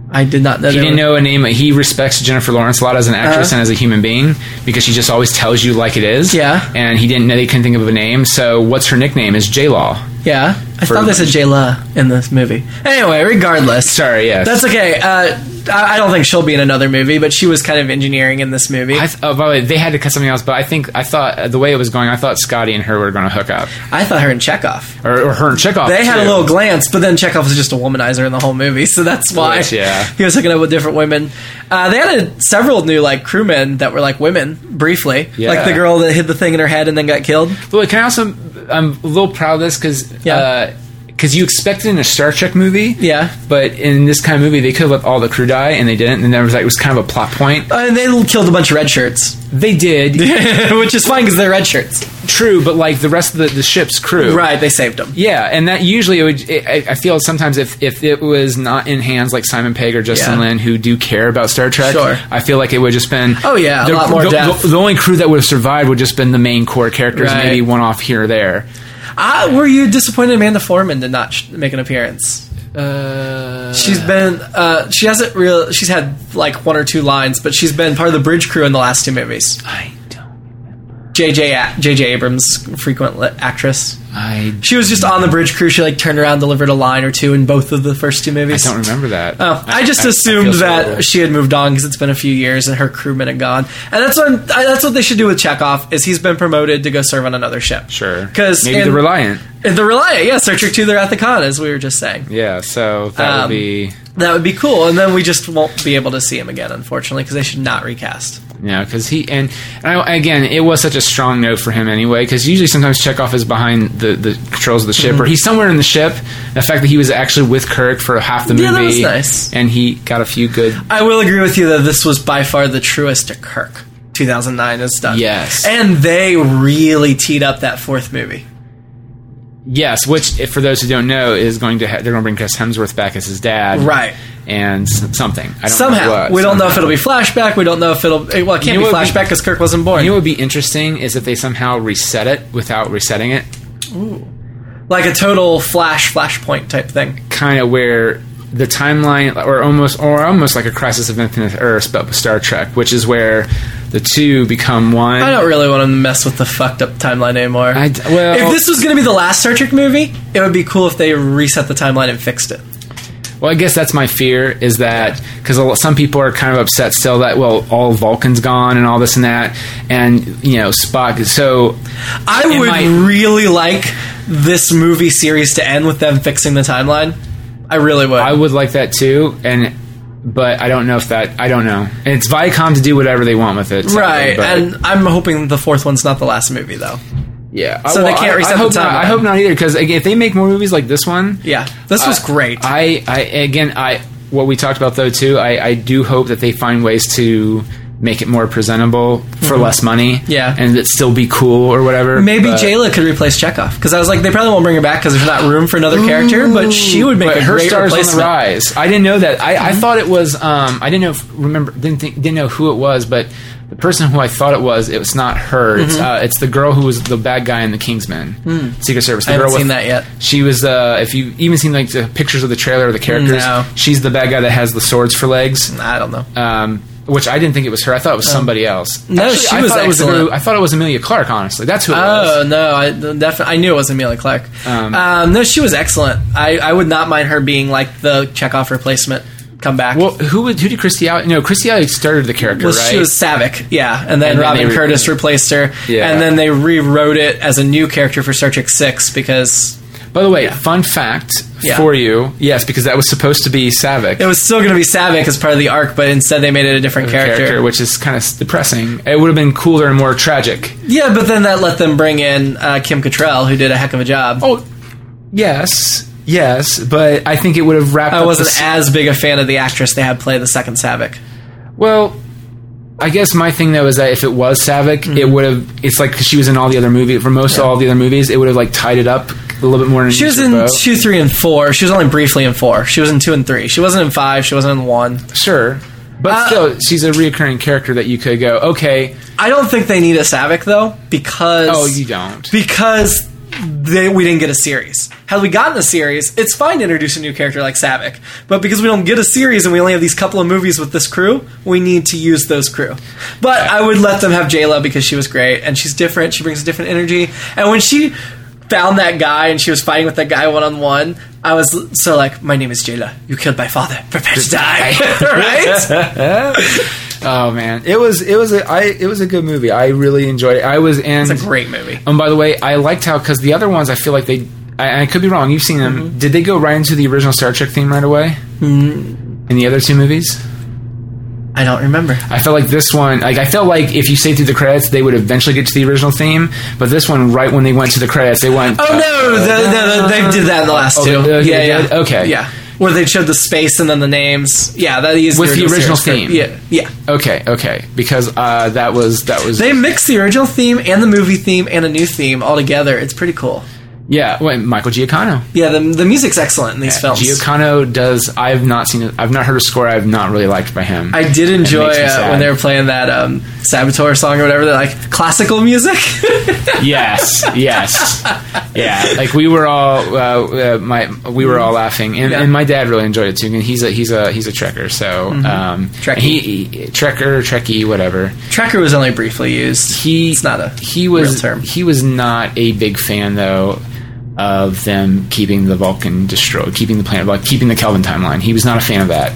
Speaker 1: I did not know. there
Speaker 2: He Mm-hmm. didn't
Speaker 1: were-
Speaker 2: know a name. He respects Jennifer Lawrence a lot as an actress
Speaker 1: Uh-huh.
Speaker 2: and as a human being because she just always tells you like it is.
Speaker 1: Yeah.
Speaker 2: And he didn't know they couldn't think of a name. So what's her nickname? Is J Law.
Speaker 1: Yeah, I thought they said Jayla in this movie. Anyway, regardless,
Speaker 2: Sorry, yes.
Speaker 1: that's okay. Uh, I I don't think she'll be in another movie, but she was kind of engineering in this movie.
Speaker 2: I
Speaker 1: I,
Speaker 2: th- oh, by the way, they had to cut something else, but I think I thought uh, the way it was going, I thought Scotty and her were going to hook up,
Speaker 1: thought her and Chekhov.
Speaker 2: or, or her and Chekhov.
Speaker 1: They had a
Speaker 2: too.
Speaker 1: little glance, but then Chekhov was just a womanizer in the whole movie, so that's why
Speaker 2: Which, yeah.
Speaker 1: (laughs) he was hooking up with different women. Uh, they had several new like crewmen that were like women briefly,
Speaker 2: Yeah.
Speaker 1: like the girl that hid the thing in her head and then got killed.
Speaker 2: But wait, can I also? I'm a little proud of this because
Speaker 1: Yeah.
Speaker 2: you expected in a Star Trek movie,
Speaker 1: Yeah.
Speaker 2: But in this kind of movie, they could have let all the crew die, and they didn't. And there was like it was kind of a plot point.
Speaker 1: Uh, and they killed a bunch of red shirts, (laughs)
Speaker 2: They did,
Speaker 1: which is fine because they're red shirts.
Speaker 2: (laughs) true, but like the rest of the, the ship's crew,
Speaker 1: Right, they saved them.
Speaker 2: Yeah, and that usually it would. It, I I feel sometimes if, if it was not in hands like Simon Pegg or Justin
Speaker 1: Yeah.
Speaker 2: Lin, who do care about Star Trek,
Speaker 1: Sure.
Speaker 2: I feel like it would just been.
Speaker 1: Oh, yeah, a
Speaker 2: the,
Speaker 1: lot more
Speaker 2: the,
Speaker 1: depth.
Speaker 2: the- the only crew that would have survived would just been the main core characters,
Speaker 1: Right.
Speaker 2: maybe one off here or there.
Speaker 1: Ah, were you disappointed Amanda Foreman did not sh- make an appearance?
Speaker 2: Uh,
Speaker 1: She's been uh, she hasn't real she's had like one or two lines, but she's been part of the bridge crew in the last two movies.
Speaker 2: I don't.
Speaker 1: JJ A- JJ Abrams frequent li- actress.
Speaker 2: I
Speaker 1: She was just on the bridge crew. She like turned around, delivered a line or two in both of the first two movies.
Speaker 2: don't remember that.
Speaker 1: Oh, I just assumed
Speaker 2: feel
Speaker 1: that
Speaker 2: terrible.
Speaker 1: she had moved on because it's been a few years and her crewmen had gone. And that's what I, that's what they should do with Chekhov is he's been promoted to go serve on another ship.
Speaker 2: sure
Speaker 1: because
Speaker 2: maybe the Reliant.
Speaker 1: The Reliant, yeah, Star Trek Two. They're at the con, as we were just saying.
Speaker 2: Yeah, so that
Speaker 1: Um,
Speaker 2: would be
Speaker 1: That would be cool, and then we just won't be able to see him again, unfortunately, because they should not recast.
Speaker 2: Yeah, because he and, and I, again, it was such a strong note for him anyway. Because usually, sometimes Chekhov is behind the, the controls of the
Speaker 1: Mm-hmm.
Speaker 2: ship, or he's somewhere in the ship. The fact that he was actually with Kirk for half the movie,
Speaker 1: Yeah, that was nice.
Speaker 2: and he got a few good.
Speaker 1: I will agree with you that this was by far the truest to Kirk 2009 is done.
Speaker 2: Yes.
Speaker 1: and they really teed up that fourth movie.
Speaker 2: Yes, which if, for those who don't know, is going to ha- they're going to bring Chris Hemsworth back as his dad,
Speaker 1: Right.
Speaker 2: And s- something I don't
Speaker 1: Somehow
Speaker 2: know what,
Speaker 1: we don't know if
Speaker 2: somehow.
Speaker 1: it'll be flashback. We don't know if it'll eh, well, it can't
Speaker 2: You know
Speaker 1: be
Speaker 2: what would be-
Speaker 1: flashback because Kirk wasn't born.
Speaker 2: You know, what would be interesting is if they somehow reset it without resetting it,
Speaker 1: like a total flash flashpoint type thing.
Speaker 2: kind of where the timeline or almost or almost like a crisis of infinite earths but with star trek which is where the two become one
Speaker 1: I don't really want to mess with the fucked up timeline anymore.
Speaker 2: I d- well-
Speaker 1: if this was going to be the last Star Trek movie, it would be cool if they reset the timeline and fixed it.
Speaker 2: well i guess that's my fear is that because some people are kind of upset still that well all vulcan's gone and all this and that and you know spock so
Speaker 1: I would
Speaker 2: my-
Speaker 1: really like this movie series to end with them fixing the timeline. I really would.
Speaker 2: i would like that too and but i don't know if that i don't know and it's viacom to do whatever they want with it sadly,
Speaker 1: right,
Speaker 2: but-
Speaker 1: and I'm hoping the fourth one's not the last movie though.
Speaker 2: yeah
Speaker 1: so they can't
Speaker 2: I-
Speaker 1: reset
Speaker 2: I
Speaker 1: the
Speaker 2: hope not,
Speaker 1: timeline.
Speaker 2: i hope not either because if they make more movies like this one
Speaker 1: Yeah, this was great.
Speaker 2: I, I again, I what we talked about though too. I, I do hope that they find ways to make it more presentable for less money.
Speaker 1: Mm-hmm. Yeah.
Speaker 2: and it still be cool or whatever.
Speaker 1: Maybe
Speaker 2: but-
Speaker 1: Jayla could replace Chekhov because I was like, they probably won't bring her back because there's not room for another character. But she would make
Speaker 2: But
Speaker 1: a
Speaker 2: her
Speaker 1: great
Speaker 2: stars on the
Speaker 1: replacement.
Speaker 2: rise. I didn't know that. I, I
Speaker 1: Mm-hmm.
Speaker 2: thought it was. Um, I didn't know. If, remember? Didn't think, didn't know who it was, but the person who I thought it was, it was not her.
Speaker 1: Mm-hmm.
Speaker 2: It's uh, it's the girl who was the bad guy in the Kingsman Secret Service.
Speaker 1: Mm.
Speaker 2: The
Speaker 1: I haven't
Speaker 2: girl with-
Speaker 1: seen that yet.
Speaker 2: She was uh, if you even seen like the pictures of the trailer of the characters.
Speaker 1: No.
Speaker 2: She's the bad guy that has the swords for legs.
Speaker 1: I don't know.
Speaker 2: um, which I didn't think it was her. I thought it was somebody else.
Speaker 1: Oh. No, she
Speaker 2: I
Speaker 1: was
Speaker 2: thought it the
Speaker 1: excellent.
Speaker 2: girl- I thought it was Amelia Clark. Honestly, that's who. It
Speaker 1: Oh
Speaker 2: was.
Speaker 1: no! I definitely I knew it was Amelia Clark. Um,
Speaker 2: Um,
Speaker 1: no, she was excellent. I, I would not mind her being like the Chekhov replacement. Come back.
Speaker 2: Well, who would who did Christy Alley? No, Christy Alley started the character,
Speaker 1: was
Speaker 2: right?
Speaker 1: she was Savick, yeah, and then
Speaker 2: And then
Speaker 1: Robin
Speaker 2: they re-
Speaker 1: Curtis replaced her,
Speaker 2: Yeah.
Speaker 1: and then they rewrote it as a new character for Star Trek Six because
Speaker 2: By the way, fun fact
Speaker 1: Yeah.
Speaker 2: for you. Yes, because that was supposed to be Savick.
Speaker 1: It was still going to be Savick as part of the arc, but instead they made it a different character.
Speaker 2: character, which is kind of depressing. It would have been cooler and more tragic.
Speaker 1: Yeah, but then that let them bring in uh, Kim Cattrall, who did a heck of a job.
Speaker 2: Oh, yes, yes, but I think it would have wrapped.
Speaker 1: I
Speaker 2: up
Speaker 1: wasn't
Speaker 2: the-
Speaker 1: as big a fan of the actress they had play the second Savick.
Speaker 2: Well, I guess my thing though is that if it was Savick, it would have. It's like 'cause she was in all the other movies for most of all the other movies. It would have like tied it up a little bit more. In
Speaker 1: She was in two, three, and four. She was only briefly in four. She was in two and three. She wasn't in five. She wasn't in one.
Speaker 2: sure, but
Speaker 1: Uh,
Speaker 2: still, she's a reoccurring character that you could go. Okay,
Speaker 1: I don't think they need a Savick though, because
Speaker 2: oh, you don't.
Speaker 1: because they, we didn't get a series. Had we gotten a series, it's fine to introduce a new character like Savick. But because we don't get a series and we only have these couple of movies with this crew, we need to use those crew. But I would let them have Jayla because she was great and she's different. She brings a different energy. And when she found that guy and she was fighting with that guy one on one, I was so like, "My name is Jayla. You killed my father. Prepare to die." (laughs) right?
Speaker 2: Oh man, it was it was a I, it was a good movie. I really enjoyed it. I was in.
Speaker 1: It's (laughs) a great movie.
Speaker 2: oh, And by the way, I liked how because the other ones, I feel like they. I, I could be wrong. You've seen them. Did they go right into the original Star Trek theme right away? In the other two movies,
Speaker 1: I don't remember.
Speaker 2: I felt like this one. Like I felt like if you stay through the credits, they would eventually get to the original theme. But this one, right when they went to the credits, they went. uh,
Speaker 1: Oh no, the, the, the, they did that in the last
Speaker 2: Oh,
Speaker 1: two.
Speaker 2: they- they
Speaker 1: yeah,
Speaker 2: did?
Speaker 1: yeah,
Speaker 2: Okay.
Speaker 1: yeah. Where they showed the space and then the names. Yeah, that is
Speaker 2: With the original
Speaker 1: series.
Speaker 2: theme.
Speaker 1: Yeah, yeah.
Speaker 2: Okay, okay, because uh, that was that was.
Speaker 1: They mix the original theme and the movie theme and a new theme all together. It's pretty cool.
Speaker 2: yeah, wait, Michael Giacano.
Speaker 1: Yeah, the, the music's excellent in these films.
Speaker 2: Giacano does. I've not seen. it. I've not heard a score. I've not really liked by him.
Speaker 1: I did enjoy
Speaker 2: makes me
Speaker 1: uh,
Speaker 2: sad.
Speaker 1: when they were playing that um, Saboteur song or whatever. They're like classical music.
Speaker 2: (laughs)
Speaker 1: (laughs)
Speaker 2: yes, yes, yeah. Like we were all, uh, uh, my we were all laughing, and,
Speaker 1: Yeah.
Speaker 2: and my dad really enjoyed it too. And he's a he's a he's a trekker, so um,
Speaker 1: Mm-hmm. Trekkie.
Speaker 2: He, he trekker, trekkie, whatever.
Speaker 1: Tracker was only briefly used.
Speaker 2: He
Speaker 1: it's not a
Speaker 2: he
Speaker 1: real
Speaker 2: was
Speaker 1: term.
Speaker 2: he was not a big fan though of them keeping the Vulcan destroyed, keeping the planet, like keeping the Kelvin timeline. He was not a fan of that.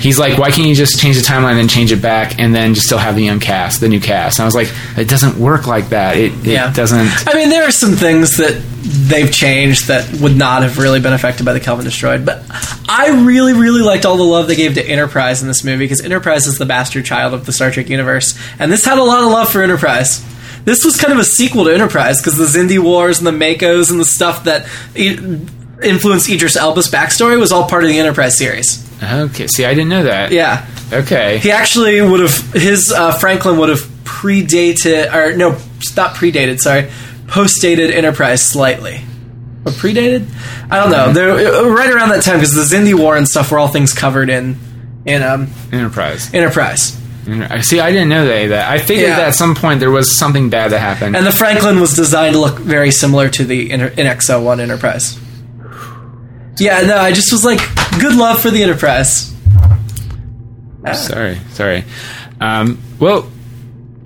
Speaker 2: He's like, why can't you just change the timeline and change it back, and then just still have the young cast, the new cast? And I was like, it doesn't work like that. It, it
Speaker 1: Yeah.
Speaker 2: doesn't.
Speaker 1: I mean, there are some things that they've changed that would not have really been affected by the Kelvin Destroyed, but I really, really liked all the love they gave to Enterprise in this movie because Enterprise is the bastard child of the Star Trek universe, and this had a lot of love for Enterprise. This was kind of a sequel to Enterprise because the Zindi Wars and the Makos and the stuff that i- influenced Idris Elba's backstory was all part of the Enterprise series.
Speaker 2: Okay, see, I didn't know that.
Speaker 1: Yeah.
Speaker 2: Okay.
Speaker 1: He actually would have his uh, Franklin would have predated or no, not predated. Sorry, postdated Enterprise slightly. Or predated? I don't know. They're uh, right around that time because the Zindi War and stuff were all things covered in in um,
Speaker 2: Enterprise.
Speaker 1: Enterprise.
Speaker 2: Enter- See, I didn't know they that. I figured
Speaker 1: Yeah.
Speaker 2: that at some point there was something bad that happened.
Speaker 1: And the Franklin was designed to look very similar to the Inter- NX-01 Enterprise. Yeah, no, I just was like, good love for the Enterprise.
Speaker 2: sorry, sorry. Um, well,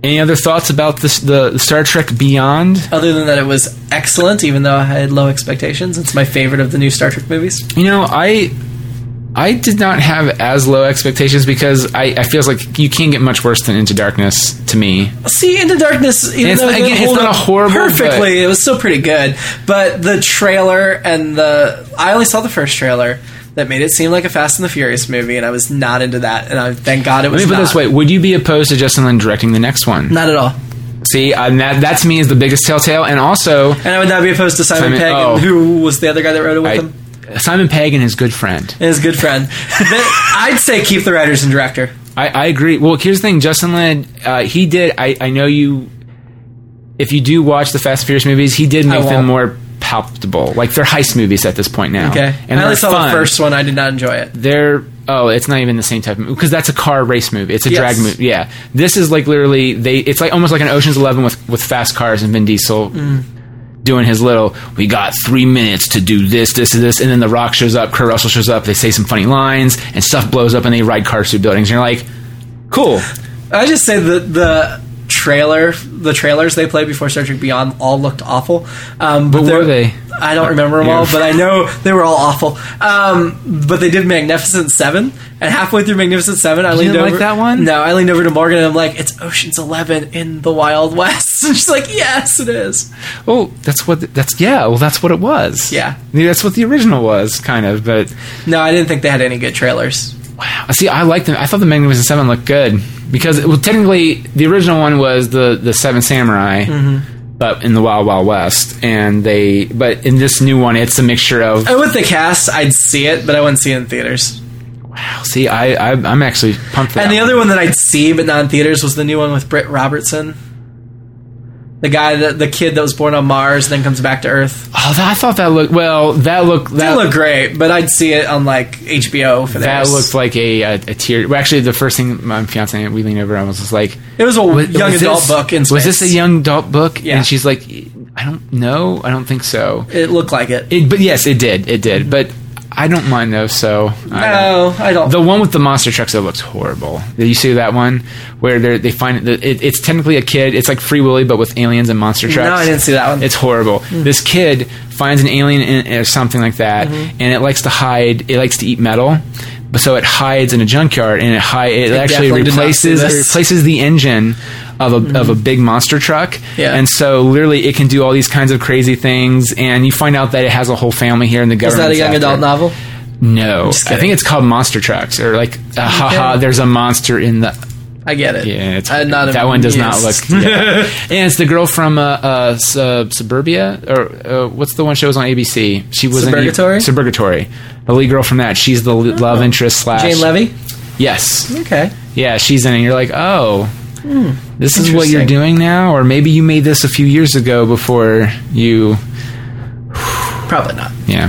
Speaker 2: any other thoughts about this, the Star Trek Beyond?
Speaker 1: Other than that, it was excellent, even though I had low expectations. It's my favorite of the new Star Trek movies.
Speaker 2: You know, I I did not have as low expectations because I, I feels like you can't get much worse than Into Darkness to me.
Speaker 1: See, Into Darkness, even
Speaker 2: It's-
Speaker 1: though it didn't
Speaker 2: again, it's
Speaker 1: hold
Speaker 2: not
Speaker 1: up
Speaker 2: a horrible,
Speaker 1: perfectly, it was still pretty good. But the trailer and the I only saw the first trailer that made it seem like a Fast and the Furious movie, and I was not into that. And I thank God it
Speaker 2: Let
Speaker 1: was.
Speaker 2: me put it
Speaker 1: not.
Speaker 2: this way: Would you be opposed to Justin Lin directing the next one?
Speaker 1: not at all.
Speaker 2: See, and that that to me is the biggest telltale. And also,
Speaker 1: And I would not be opposed to Simon,
Speaker 2: Simon-
Speaker 1: Pegg,
Speaker 2: oh.
Speaker 1: and who was the other guy that wrote it with
Speaker 2: I,
Speaker 1: him,
Speaker 2: Simon Pegg and his good friend.
Speaker 1: and his good
Speaker 2: (laughs)
Speaker 1: friend. But I'd say keep the writers and director.
Speaker 2: I, I agree. Well, here's the thing, Justin Lin. Uh, he did. I, I know you. If you do watch the Fast and Furious movies, he did make
Speaker 1: won't.
Speaker 2: them more palpable. Like they're heist movies at this point now.
Speaker 1: Okay,
Speaker 2: and
Speaker 1: I
Speaker 2: they're
Speaker 1: only saw
Speaker 2: fun.
Speaker 1: the first one. I did not enjoy it.
Speaker 2: They're oh, it's not even the same type of movie because that's a car race movie. It's a
Speaker 1: Yes.
Speaker 2: drag movie. Yeah, this is like literally they. It's like almost like an Ocean's Eleven with with fast cars and Vin Diesel.
Speaker 1: Mm.
Speaker 2: Doing his little, we got three minutes to do this, this, and this, and then The Rock shows up, Kurt Russell shows up, they say some funny lines, and stuff blows up, and they ride cars through buildings, and you're like, cool.
Speaker 1: I just say that the trailer, the trailers they played before Star Trek Beyond all looked awful. Um, but
Speaker 2: What
Speaker 1: there-
Speaker 2: were they?
Speaker 1: I don't remember them all,
Speaker 2: Yeah.
Speaker 1: but I know they were all awful. Um, but they did Magnificent Seven, and halfway through Magnificent Seven, I leaned
Speaker 2: didn't like
Speaker 1: over.
Speaker 2: that one?
Speaker 1: No, I leaned over to Morgan, and I'm like, "It's Ocean's Eleven in the Wild West." (laughs) And she's like, "Yes, it is."
Speaker 2: Oh, that's what that's yeah. Well, that's what it was.
Speaker 1: Yeah.
Speaker 2: Maybe that's what the original was, kind of. But
Speaker 1: No, I didn't think they had any good trailers.
Speaker 2: wow, see, I liked them. I thought the Magnificent Seven looked good because well, technically the original one was the the Seven Samurai,
Speaker 1: Mm-hmm.
Speaker 2: but in the Wild Wild West, and they but in this new one it's a mixture of.
Speaker 1: And with the cast, I'd see it, but I wouldn't see it in theaters.
Speaker 2: See, I, I I'm actually pumped. For
Speaker 1: And
Speaker 2: that
Speaker 1: the other one that I'd see but not in theaters was the new one with Britt Robertson. The guy that the kid that was born on Mars and then comes back to Earth.
Speaker 2: Oh, that, I thought that looked well. That looked
Speaker 1: That
Speaker 2: that
Speaker 1: looked great, but I'd see it on like HBO for
Speaker 2: that
Speaker 1: theirs.
Speaker 2: looked like a a, a tear. Well, actually, the first thing my fiance we leaned over, I was just like,
Speaker 1: It was a
Speaker 2: was-
Speaker 1: young
Speaker 2: was
Speaker 1: adult
Speaker 2: this-
Speaker 1: book in space.
Speaker 2: Was this a young adult book?
Speaker 1: Yeah.
Speaker 2: And she's like, I don't know. I don't think so.
Speaker 1: It looked like it.
Speaker 2: It, but yes, it did. It did. But I don't mind those. So I don't-
Speaker 1: no, I don't.
Speaker 2: the one with the monster trucks that looks horrible. Did you see that one where they they find it, it? It's technically a kid. It's like Free Willy, but with aliens and monster trucks.
Speaker 1: no, I didn't see that one. Hmm.
Speaker 2: It's horrible. This kid finds an alien in, or something like that,
Speaker 1: Mm-hmm.
Speaker 2: and it likes to hide. It likes to eat metal, but so it hides in a junkyard, and it hi- It actually
Speaker 1: definitely did not see
Speaker 2: replaces it
Speaker 1: this. Mm-hmm.
Speaker 2: replaces the engine of a of a big monster truck.
Speaker 1: Yeah.
Speaker 2: and so literally it can do all these kinds of crazy things, and you find out that it has a whole family here in the
Speaker 1: Is
Speaker 2: government.
Speaker 1: that a young adult novel?
Speaker 2: No,
Speaker 1: just
Speaker 2: I
Speaker 1: kidding.
Speaker 2: think it's called Monster Trucks, or like, uh, haha, there's a monster in the
Speaker 1: I get it.
Speaker 2: yeah, it's
Speaker 1: Uh, not a-
Speaker 2: that one does
Speaker 1: yes.
Speaker 2: not
Speaker 1: (laughs)
Speaker 2: look. yeah. and it's the girl from uh, uh, Sub- Suburbia, or uh, what's the one show was on ABC? She was
Speaker 1: Suburgatory? Oh.
Speaker 2: in Suburgatory. The lead girl from that. She's the l- love interest slash
Speaker 1: Jane Levy.
Speaker 2: Yes,
Speaker 1: Okay.
Speaker 2: yeah, she's in it. And you're like, oh, this is what you're
Speaker 1: Hmm. Interesting.
Speaker 2: doing now, or maybe you made this a few years ago before you
Speaker 1: Probably not.
Speaker 2: yeah.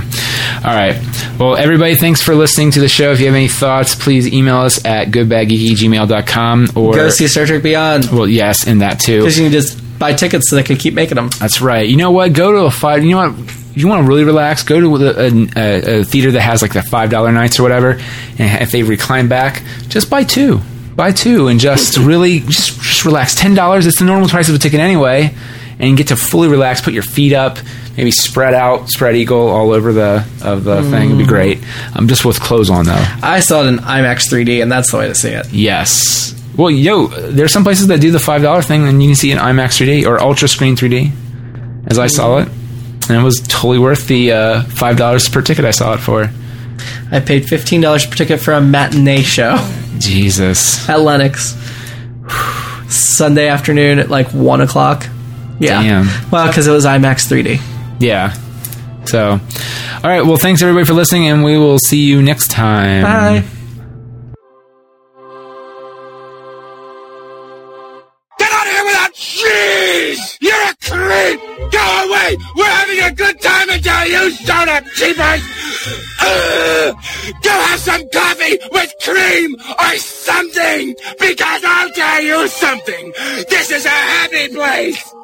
Speaker 2: All right. Well, everybody, thanks for listening to the show. If you have any thoughts, please email us at goodbaggeeky@gmail.com or
Speaker 1: Go see Star Trek Beyond
Speaker 2: well, yes, and that too.
Speaker 1: because you need to s- buy tickets so they can keep making them.
Speaker 2: That's right. You know what? Go to a five. You know what? You want to really relax? Go to a, a, a theater that has like the five dollar nights or whatever, and if they recline back, just buy two, buy two, and just really just just relax. Ten dollars. It's the normal price of a ticket anyway, and you get to fully relax. Put your feet up, maybe spread out, spread eagle all over the of the thing. It'd be great. I'm just with clothes on though.
Speaker 1: I saw it in IMAX 3D, and that's the way to see it.
Speaker 2: Yes. Well, yo, there's some places that do the five dollar thing, and you can see it in IMAX 3D or Ultra Screen 3D, as I saw it, and it was totally worth the uh, five dollars per ticket I saw it for.
Speaker 1: I paid fifteen dollars per ticket for a matinee show (laughs)
Speaker 2: Jesus,
Speaker 1: at Lennox Sunday afternoon at like one o'clock. Yeah,
Speaker 2: Damn.
Speaker 1: well, because it was IMAX 3D.
Speaker 2: yeah. So, all right. Well, thanks everybody for listening, and we will see you next time.
Speaker 1: Bye.
Speaker 4: Get out of here with that cheese! You're a creep! Go away! We're having a good time until you stone up, cheapers! Ugh! Go have some coffee with cream or something! Because I'll tell you something! This is a happy place!